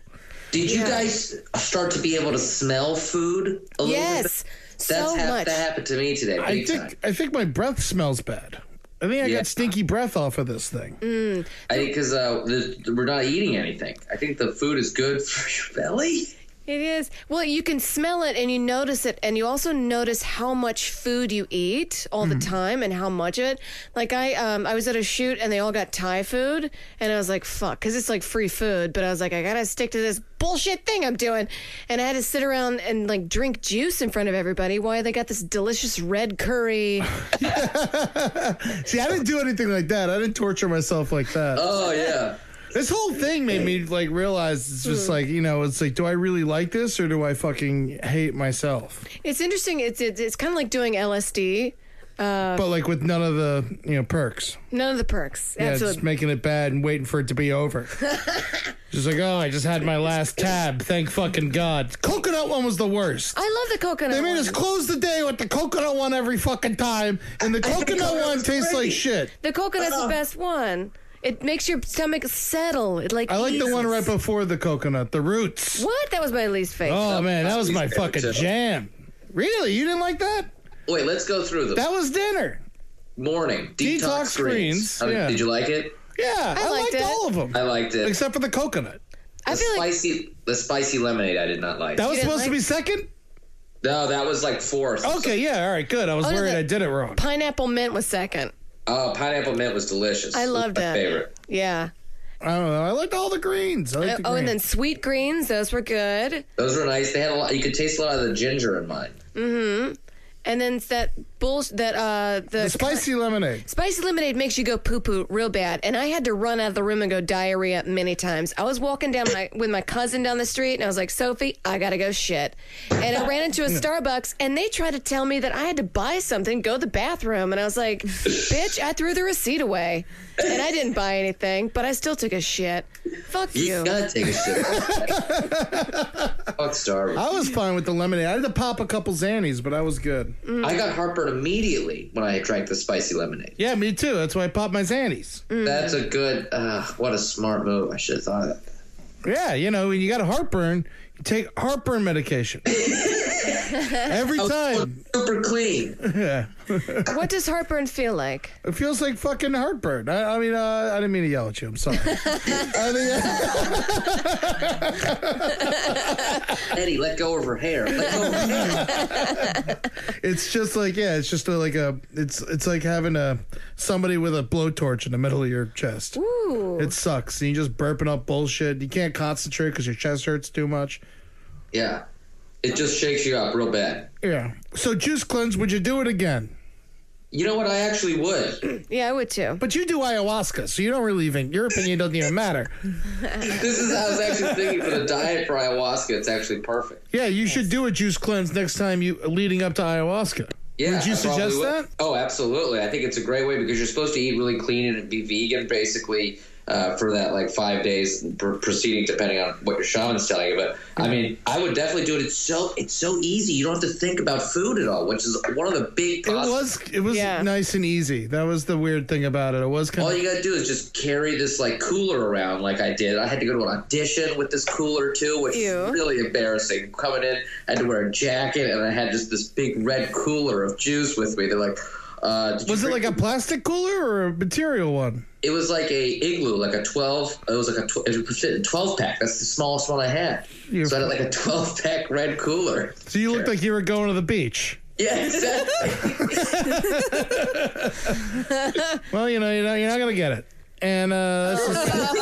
E: Did you guys start to be able to smell food a little
B: Yes,
E: bit? That's
B: so
E: hap-
B: much.
E: That happened to me today.
C: I
E: big
C: think
E: time.
C: I think my breath smells bad. I think I got stinky breath off of this thing.
B: Mm.
E: I think because uh, the- we're not eating anything. I think the food is good for your belly.
B: It is. Well, you can smell it and you notice it, and you also notice how much food you eat all
C: Hmm.
B: the time and how much of it. Like I, um, I was at a shoot and they all got Thai food, and I was like, "Fuck," because it's like free food. But I was like, I gotta stick to this bullshit thing I'm doing, and I had to sit around and like drink juice in front of everybody while they got this delicious red curry.
C: See, I didn't do anything like that. I didn't torture myself like that.
E: Oh yeah.
C: This whole thing made me like realize it's just like you know it's like do I really like this or do I fucking hate myself?
B: it's interesting. It's it's, it's kind of like doing LSD, uh,
C: But like with none of the you know perks.
B: none of the perks.
C: Yeah,
B: Absolutely.
C: just making it bad and waiting for it to be over. just like oh, I just had my last tab. Thank fucking god. Coconut one was the worst.
B: I love the coconut.
C: They made
B: one.
C: us close the day with the coconut one every fucking time, and the coconut one tastes like shit.
B: The coconut's the best one. It makes your stomach settle. It like
C: I like the
B: eases.
C: one right before the coconut, the roots.
B: What? That was my least favorite.
C: Oh man, that was my
E: favorite
C: fucking
E: too.
C: jam. Really, you didn't like that?
E: Wait, let's go through them.
C: That was dinner.
E: morning detox,
C: Detox greens,
E: greens. I mean,
C: yeah.
E: Did you like it?
C: Yeah, I, liked, all of them
E: I liked it.
C: except for the coconut.
E: the spicy, the spicy lemonade. I did not like.
C: That was supposed to be second.
E: No, that was like fourth.
C: Okay, yeah, all right, good. I was
B: Oh, no,
C: worried
B: the-
C: I did it wrong.
B: Pineapple mint was second.
E: Oh, pineapple mint was delicious.
B: I loved
E: My
B: it.
E: Favorite.
B: Yeah.
C: I don't know. I liked all the greens. I liked the
B: oh, and then
C: greens.
B: sweet greens. Those were good.
E: Those were nice. They had a lot. You could taste a lot of the ginger in mine.
B: Mm-hmm. And then it's that bullshit. That uh, the,
C: the spicy lemonade.
B: Spicy lemonade makes you go poo poo real bad, and I had to run out of the room and go diarrhea many times. I was walking down my with my cousin down the street, and I was like, "Sophie, I gotta go shit," and I ran into a Starbucks, and they tried to tell me that I had to buy something, go to the bathroom, and I was like, "Bitch, I threw the receipt away, and I didn't buy anything, but I still took a shit." Fuck
C: Oh.
B: you.
E: You gotta take a shit. Fuck Starbucks.
C: I was fine with the lemonade. I had to pop a couple Xannies, but I was good.
E: I got heartburn immediately when I drank the spicy lemonade.
C: Yeah, me too. That's why I popped my Xannies.
E: That's a good. Uh, what a smart move! I should have thought of that.
C: Yeah, you know, when you got a heartburn, you take heartburn medication. Every time.
E: Super clean.
C: Yeah.
B: what does heartburn feel like?
C: It feels like fucking heartburn. I, I mean, uh, I didn't mean to yell at you. I'm sorry.
E: Eddie, let go of her hair. Let go of her hair.
C: it's just like yeah, it's just a, like a it's it's like having a somebody with a blowtorch in the middle of your chest.
B: Ooh.
C: It sucks. And you're just burping up bullshit. You can't concentrate because your chest hurts too much.
E: Yeah. It just shakes you up real bad.
C: Yeah. So juice cleanse. Would you do it again?
E: You know what? I actually would.
B: Yeah, I would too.
C: But you do ayahuasca, so you don't really even your opinion doesn't even matter.
E: This is I was actually thinking for the diet for ayahuasca. It's actually perfect.
C: Yeah, you should do a juice cleanse next time you leading up to ayahuasca.
E: Yeah,
C: Would you
E: I probably
C: suggest
E: would.
C: that?
E: Oh, absolutely. I think it's a great way because you're supposed to eat really clean and be vegan basically uh, for that like five days pr- proceeding, depending on what your shaman's telling you. But I mean, I would definitely do it. It's so it's so easy. You don't have to think about food at all, which is one of the big.
C: It was it was nice and easy. That was the weird thing about it. It was kind
E: All
C: of
E: you gotta do is just carry this like cooler around, like I did. I had to go to an audition with this cooler too, which
B: Ew.
E: is really embarrassing. Coming in, I had to wear a jacket, and I had just this big red cooler of juice with me. They're like, uh, did you
C: was it
E: bring-
C: like a plastic cooler or a material one?
E: It was like a igloo, like a twelve. It was like a tw- it was a twelve pack. That's the smallest one I had.
C: You're-
E: so I had like a twelve pack red cooler.
C: So you looked like you were going to the beach.
E: Yeah,
C: Well, you know, you're not, you're not gonna get it. And uh, that's just-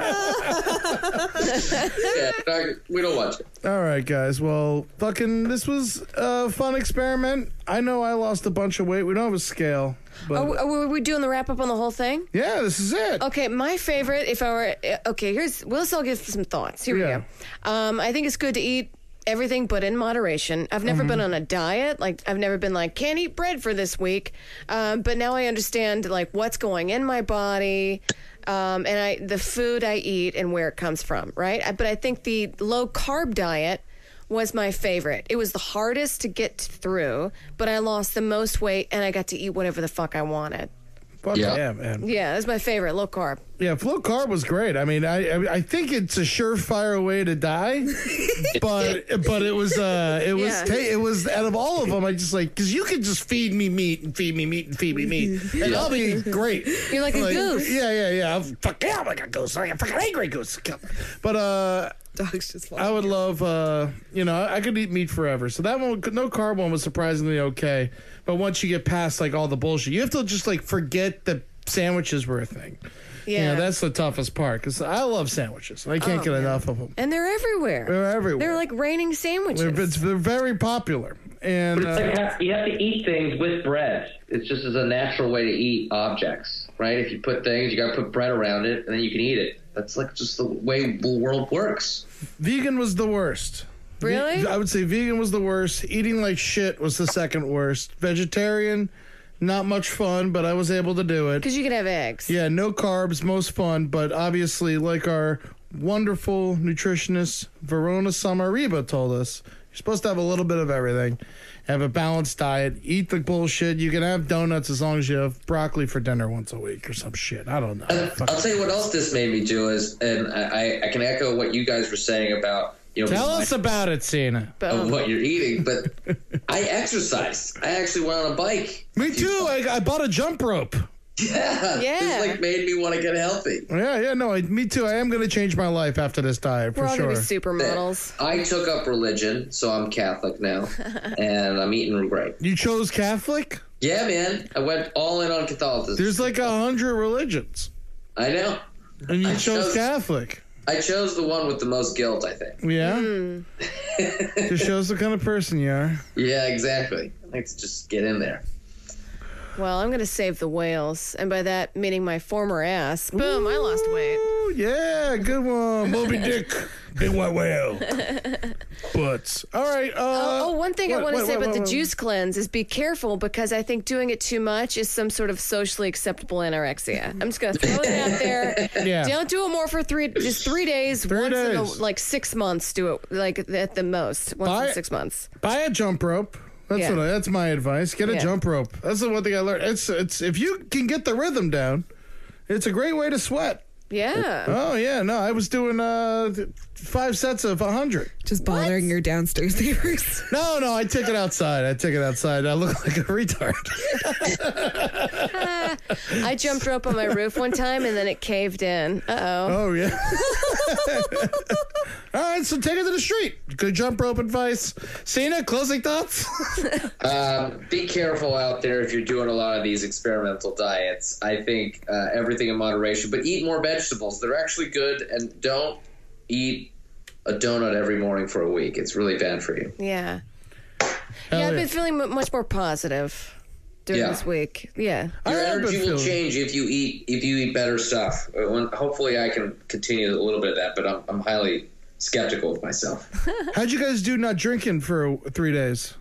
C: Eh.
E: yeah. I- We don't watch it.
C: all right, guys. Well, fucking, this was a fun experiment. I know I lost a bunch of weight. We don't have a scale, but
B: Are we, are we doing the wrap up on the whole thing?
C: yeah, this is it.
B: Okay, my favorite, if I were, eh, okay, here's, well, let's all give some thoughts. Here
C: Yeah.
B: we go. Um, I think it's good to eat everything but in moderation. I've never
C: Mm-hmm.
B: been on a diet. Like, I've never been like, can't eat bread for this week. Um, but now I understand, like, what's going in my body. Um, and I, the food I eat and where it comes from, right? I, but I think the low carb diet was my favorite. It was the hardest to get through, but I lost the most weight and I got to eat whatever the fuck I wanted.
C: Fuck yeah, man.
B: Yeah, that's my favorite, low carb.
C: Yeah, flow carb was great. I mean, I I, I think it's a surefire way to die, but but it was uh it was
B: Yeah.
C: ta- it was out of all of them, I just like because you could just feed me meat and feed me meat and feed me meat, and I'll be great.
B: You're like a goose.
C: Yeah, yeah, yeah. I'm, fuck yeah, I'm like a goose. I'm like a fucking angry goose. But uh,
L: dogs just.
C: I would love uh you know I could eat meat forever. So that one, no carb one was surprisingly okay. But once you get past like all the bullshit, you have to just like forget that sandwiches were a thing. Yeah.
B: Yeah.
C: that's the toughest part because I love sandwiches and I can't
B: Oh,
C: get
B: man.
C: enough of them.
B: And they're everywhere.
C: They're everywhere.
B: They're like raining sandwiches.
C: They're, it's, they're very popular. And
E: But it's like
C: uh,
E: have, you have to eat things with bread. It's just as a natural way to eat objects, right? If you put things, you got to put bread around it, and then you can eat it. That's like just the way the world works.
C: vegan was the worst. Ve-
B: Really?
C: I would say vegan was the worst. Eating like shit was the second worst. Vegetarian, not much fun, but I was able to do it.
B: Because you can have eggs.
C: Yeah, no carbs, most fun, but obviously, like our wonderful nutritionist Verona Samariba told us, you're supposed to have a little bit of everything, have a balanced diet, eat the bullshit. You can have donuts as long as you have broccoli for dinner once a week or some shit. I don't know.
E: I'll tell you what else this made me do is, and I, I- I can echo what you guys were saying about you know.
C: Tell us about it, Cena.
E: of what you're eating, but I exercised. I actually went on a bike.
C: Me too. I, I bought a jump rope.
E: Yeah,
B: Yeah.
E: this like made me want to get healthy.
C: Yeah, yeah, no, I, me too. I am going to change my life after this diet for
B: We're all
C: sure.
B: gonna be supermodels.
E: I took up religion, so I'm Catholic now, and I'm eating great.
C: you chose Catholic?
E: Yeah, man, I went all in on Catholicism.
C: There's like a hundred religions,
E: I know.
C: and you
E: I
C: chose
E: chose-
C: Catholic.
E: I chose the one with the most guilt. I think.
C: Yeah. Just shows the kind of person you are.
E: Yeah, exactly. Let's just get in there.
B: Well, I'm gonna save the whales, and by that meaning my former ass. Boom! I lost weight.
C: Ooh, yeah, good one. Moby Dick, big white whale. Butts. All right. Uh,
B: oh, oh, one thing I
C: wait,
B: want to
C: wait,
B: say
C: wait,
B: about
C: wait,
B: the
C: wait.
B: juice cleanse is be careful because I think doing it too much is some sort of socially acceptable anorexia. I'm just gonna throw that out there.
C: Yeah.
B: Don't do it more for three, just three days. once In a,
C: days.
B: like six months, do it like at the most. Once in six months.
C: Buy a jump rope. That's
B: Yeah.
C: what I, that's my advice. Get a
B: Yeah.
C: jump rope. That's the one thing I learned. It's it's if you can get the rhythm down, it's a great way to sweat.
B: Yeah.
C: Oh yeah, no, I was doing uh th- five sets of a hundred.
M: Just bothering your downstairs neighbors.
C: No, no, I took it outside. I took it outside. I look like a retard.
B: I jumped rope on my roof one time and then it caved in. Uh oh.
C: Oh yeah. All right, so take it to the street. Good jump rope advice. Cena, closing thoughts.
F: Um, be careful out there if you're doing a lot
E: uh,
F: of these experimental diets. I think uh, everything in moderation, but eat more vegetables. They're actually good, and don't eat a donut every morning for a week. It's really bad for you.
B: Yeah. yeah, I've been feeling mu- much more positive during
F: Yeah.
B: this week. Yeah.
F: Your energy will change if you eat if you eat better stuff. Uh, When, hopefully, I can continue a little bit of that, but I'm, I'm highly skeptical of myself.
C: How'd you guys do not drinking for three days?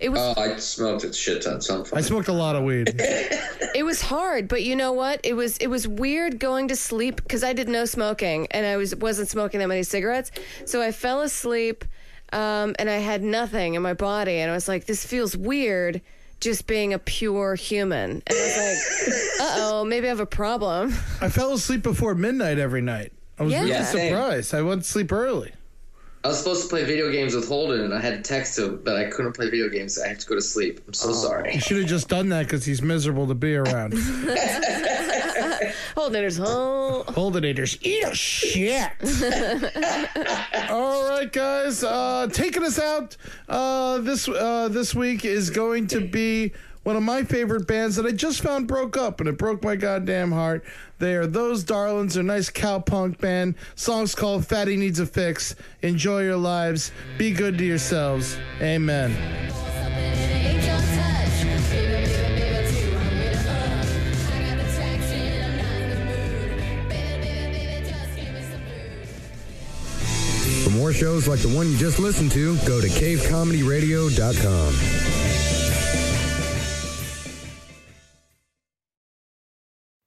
B: It was
F: oh, I smoked a shit ton. So I'm fine.
C: I smoked a lot of weed.
B: It was hard, but you know what? It was it was weird going to sleep because I did no smoking and I was wasn't smoking that many cigarettes, so I fell asleep, um, and I had nothing in my body, and I was like, this feels weird, just being a pure human, and I was like, uh oh, maybe I have a problem.
C: I fell asleep before midnight every night. I was
B: Yeah.
C: really
B: Yeah,
F: same.
C: surprised. I went to sleep early.
F: I was supposed to play video games with Holden, and I had to text him, but I couldn't play video games. I had to go to sleep. I'm so sorry.
C: You should have just done that because he's miserable to be around.
B: Hold it, whole.
C: Hold it, eaters. Eat a shit. All right, guys. Uh, taking us out uh, this uh, this week is going to be one of my favorite bands that I just found broke up, and it broke my goddamn heart. They are those darlings. They're a nice cowpunk band. Song's called "Fatty Needs a Fix." Enjoy your lives. Be good to yourselves. Amen.
A: For more shows like the one you just listened to, go to cavecomedyradio.com.